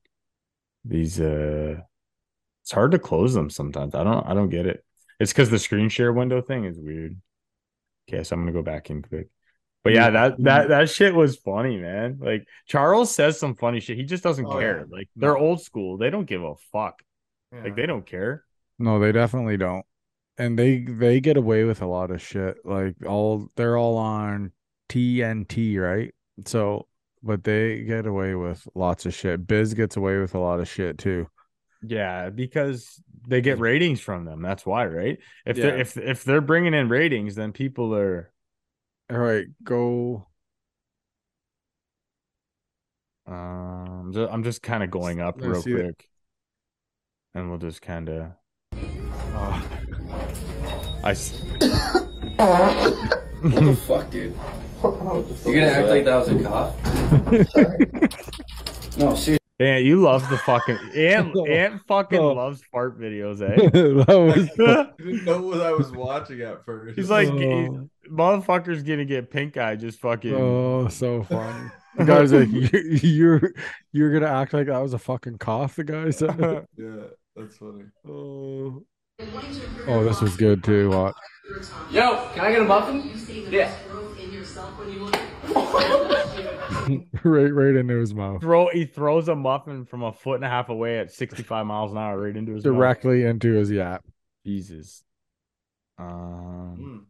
[SPEAKER 3] These uh it's hard to close them sometimes. I don't I don't get it. It's because the screen share window thing is weird. Okay, so I'm gonna go back in quick. But yeah, that that that shit was funny, man. Like Charles says some funny shit. He just doesn't
[SPEAKER 2] Oh,
[SPEAKER 3] care.
[SPEAKER 2] yeah.
[SPEAKER 3] Like they're old school. They don't give a fuck. Like they don't care.
[SPEAKER 1] No, they definitely don't. And they they get away with a lot of shit. Like all they're all on TNT, right? So, but they get away with lots of shit. Biz gets away with a lot of shit too.
[SPEAKER 3] Yeah, because they get ratings from them. That's why, right? If they're
[SPEAKER 1] Yeah.
[SPEAKER 3] if if they're bringing in ratings, then people are
[SPEAKER 1] All right, <laughs> go.
[SPEAKER 3] Um, ju- I'm just kind of going up
[SPEAKER 1] I
[SPEAKER 3] real
[SPEAKER 1] see it.
[SPEAKER 3] quick, and we'll just kind of. <laughs> I s-
[SPEAKER 20] What the fuck, dude? You're gonna act like that was a <laughs> cough? no, seriously.
[SPEAKER 3] Ant, you love the fucking
[SPEAKER 1] <laughs>
[SPEAKER 3] Ant. Ant fucking loves fart videos,
[SPEAKER 1] That <laughs>
[SPEAKER 3] eh?
[SPEAKER 2] I didn't know what I was watching at first.
[SPEAKER 3] He's like, he- <laughs> motherfucker's gonna get pink eye just fucking.
[SPEAKER 1] Oh, so funny. The guy's like, "You- you're you're gonna act like that was a fucking cough. The guy said.
[SPEAKER 2] <laughs> yeah, that's funny.
[SPEAKER 1] <laughs> Oh, Oh, this was good too. Watch.
[SPEAKER 20] Yo, can I get a muffin? Yeah.
[SPEAKER 1] <laughs> right, right into his mouth,
[SPEAKER 3] Throw he throws a muffin from a foot and a half away at 65 miles an hour right into his mouth.
[SPEAKER 1] directly into his yap.
[SPEAKER 3] Jesus.
[SPEAKER 2] Hmm,
[SPEAKER 3] Um.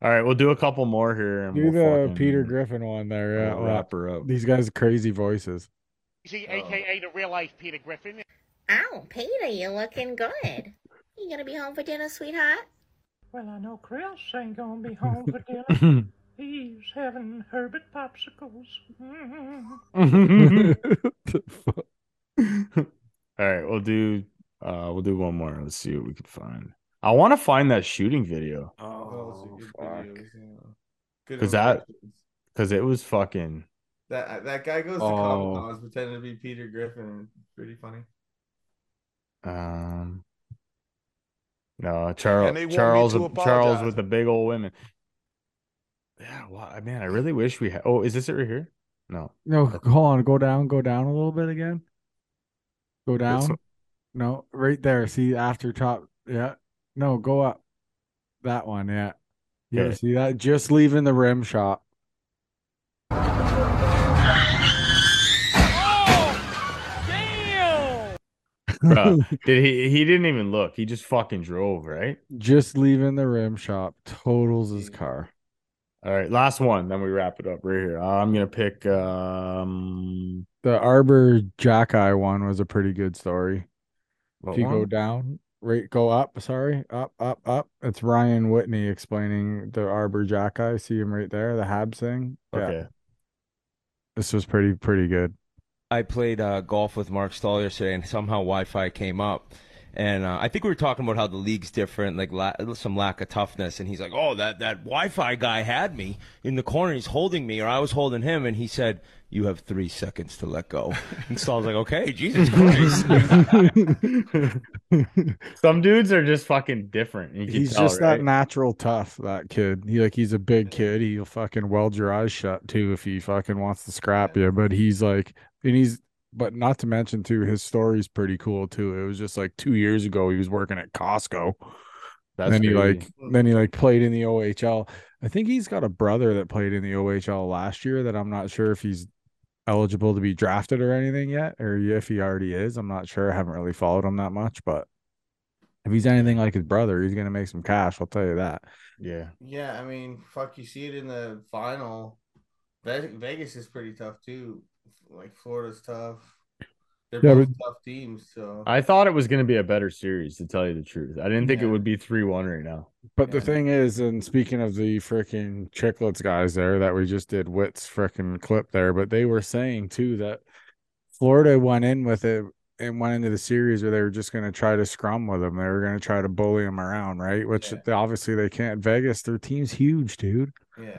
[SPEAKER 3] All right, we'll do a couple more here. And
[SPEAKER 1] Do
[SPEAKER 3] we'll
[SPEAKER 1] the
[SPEAKER 3] fucking- Oh,
[SPEAKER 1] Peter Griffin one there. Yeah,
[SPEAKER 3] I'll
[SPEAKER 1] well,
[SPEAKER 3] wrap her up.
[SPEAKER 1] These guys crazy voices. <laughs>
[SPEAKER 21] aka the real life Peter Griffin.
[SPEAKER 22] Oh, Peter, you're looking good. You gonna be home for dinner, sweetheart?
[SPEAKER 23] Well, I know Chris ain't gonna be home for dinner. He's having Herbert popsicles. Mm.
[SPEAKER 1] <laughs>
[SPEAKER 3] <laughs> Mm-hmm. All right, we'll do uh we'll do one more. Let's see what we can find. I want to find that shooting video
[SPEAKER 2] Oh, fuck. Good
[SPEAKER 3] cuz that cuz it was fucking
[SPEAKER 2] That uh, that guy goes to
[SPEAKER 3] Oh.
[SPEAKER 2] Comic Con pretending to be Peter Griffin. It's pretty funny.
[SPEAKER 3] um no,
[SPEAKER 2] And they want
[SPEAKER 3] Charles
[SPEAKER 2] me
[SPEAKER 3] Charles
[SPEAKER 2] to
[SPEAKER 3] Charles
[SPEAKER 2] apologize.
[SPEAKER 3] with the big old women. Yeah, well, man, I really wish we had Oh, is this it right here?
[SPEAKER 2] <laughs>
[SPEAKER 3] No.
[SPEAKER 1] No, hold on. Go down. Go down a little bit again. Go down. No, right there. See after top. Yeah. No, go up. That one. Yeah. Yeah.
[SPEAKER 3] Okay.
[SPEAKER 1] See that? Just leaving the rim shot.
[SPEAKER 3] Bruh, did he? He didn't even look. He just fucking drove, right?
[SPEAKER 1] <laughs> Just leaving the rim shop. Totals his car.
[SPEAKER 3] All right, last one. Then we wrap it up right here. I'm gonna pick. Um,
[SPEAKER 1] The Arbor Jack Eye one was a pretty good story.
[SPEAKER 3] What
[SPEAKER 1] if you go
[SPEAKER 3] one?
[SPEAKER 1] down, right, go up. Sorry, up, up, up. It's Ryan Whitney explaining the Arbor Jack Eye. See him right there, the Habs thing.
[SPEAKER 6] Okay.
[SPEAKER 1] this was pretty pretty good.
[SPEAKER 6] I played uh, golf with Mark Stahl yesterday, and somehow Wi-Fi came up. And uh, I think we were talking about how the league's different, like la- some lack of toughness. And he's like, "Oh, that that Wi-Fi guy had me in the corner. He's holding me, or I was holding him." And he said, "You have three seconds to let go." And Stahl's like, "Okay, Jesus Christ."
[SPEAKER 1] <laughs>
[SPEAKER 3] some dudes are just fucking different. You can
[SPEAKER 1] He's
[SPEAKER 3] tell,
[SPEAKER 1] just
[SPEAKER 3] right?
[SPEAKER 1] that natural tough, that kid. He like he's a big kid. He'll fucking weld your eyes shut too if he fucking wants to scrap you. But he's like and he's but not to mention too, his story's pretty cool too. It was just like two years ago he was working at Costco.
[SPEAKER 3] That's
[SPEAKER 1] then he
[SPEAKER 3] crazy.
[SPEAKER 1] like then he like played in the OHL. I think he's got a brother that played in the OHL last year that I'm not sure if he's eligible to be drafted or anything yet, or if he already is. I'm not sure. I haven't really followed him that much, but if he's anything like his brother, he's gonna make some cash. I'll tell you that.
[SPEAKER 3] Yeah.
[SPEAKER 2] Yeah, I mean, fuck, you see it in the final. Ve- Vegas is pretty tough too. Like Florida's tough. They're
[SPEAKER 3] Yeah,
[SPEAKER 2] both tough teams, so
[SPEAKER 3] I thought it was gonna be a better series, to tell you the truth. I didn't think it would be three one right now.
[SPEAKER 1] But the thing is, and speaking of the freaking chicklets guys there that we just did Witt's freaking clip there, but they were saying too that Florida went in with it and went into the series where they were just going to try to scrum with them. They were going to try to bully them around, right? Which they- obviously they can't. Vegas, their team's huge, dude.
[SPEAKER 2] yeah,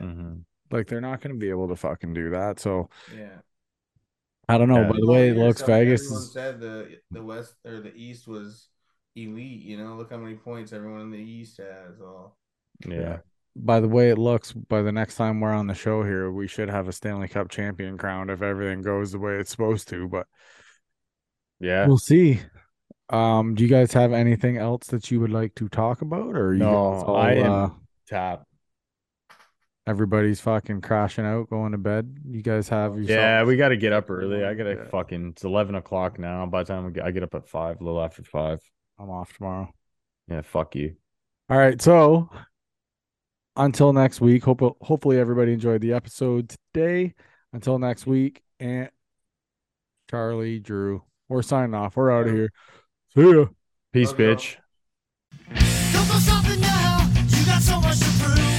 [SPEAKER 1] Like they're not going to be able to fucking do that. So
[SPEAKER 2] yeah.
[SPEAKER 1] I don't know.
[SPEAKER 3] Yeah.
[SPEAKER 1] By the way, it
[SPEAKER 2] Oh, Yeah,
[SPEAKER 1] looks
[SPEAKER 2] so
[SPEAKER 1] Vegas
[SPEAKER 2] Everyone
[SPEAKER 1] is
[SPEAKER 2] said the the West or the East was elite. You know, look how many points everyone in the East has. All
[SPEAKER 3] Yeah.
[SPEAKER 1] By the way it looks, by the next time we're on the show here, we should have a Stanley Cup champion crowned if everything goes the way it's supposed to. But
[SPEAKER 3] Yeah.
[SPEAKER 1] we'll see. Um, do you guys have anything else that you would like to talk about, or are you guys
[SPEAKER 3] No,
[SPEAKER 1] all,
[SPEAKER 3] I am
[SPEAKER 1] uh,
[SPEAKER 3] tap.
[SPEAKER 1] everybody's fucking crashing out, going to bed? You guys have yourself.
[SPEAKER 3] Yeah, we got to get up early. I gotta fucking. It's eleven o'clock now. By the time we get, I get up at five, a little after five.
[SPEAKER 1] I'm off tomorrow.
[SPEAKER 3] Yeah, fuck you.
[SPEAKER 1] All right, so until next week, hope hopefully everybody enjoyed the episode today. Until next week, and Charlie, Drew, we're signing off. We're out of here. See ya.
[SPEAKER 3] Peace, bitch.
[SPEAKER 7] Don't go stopping now. You got so much to prove.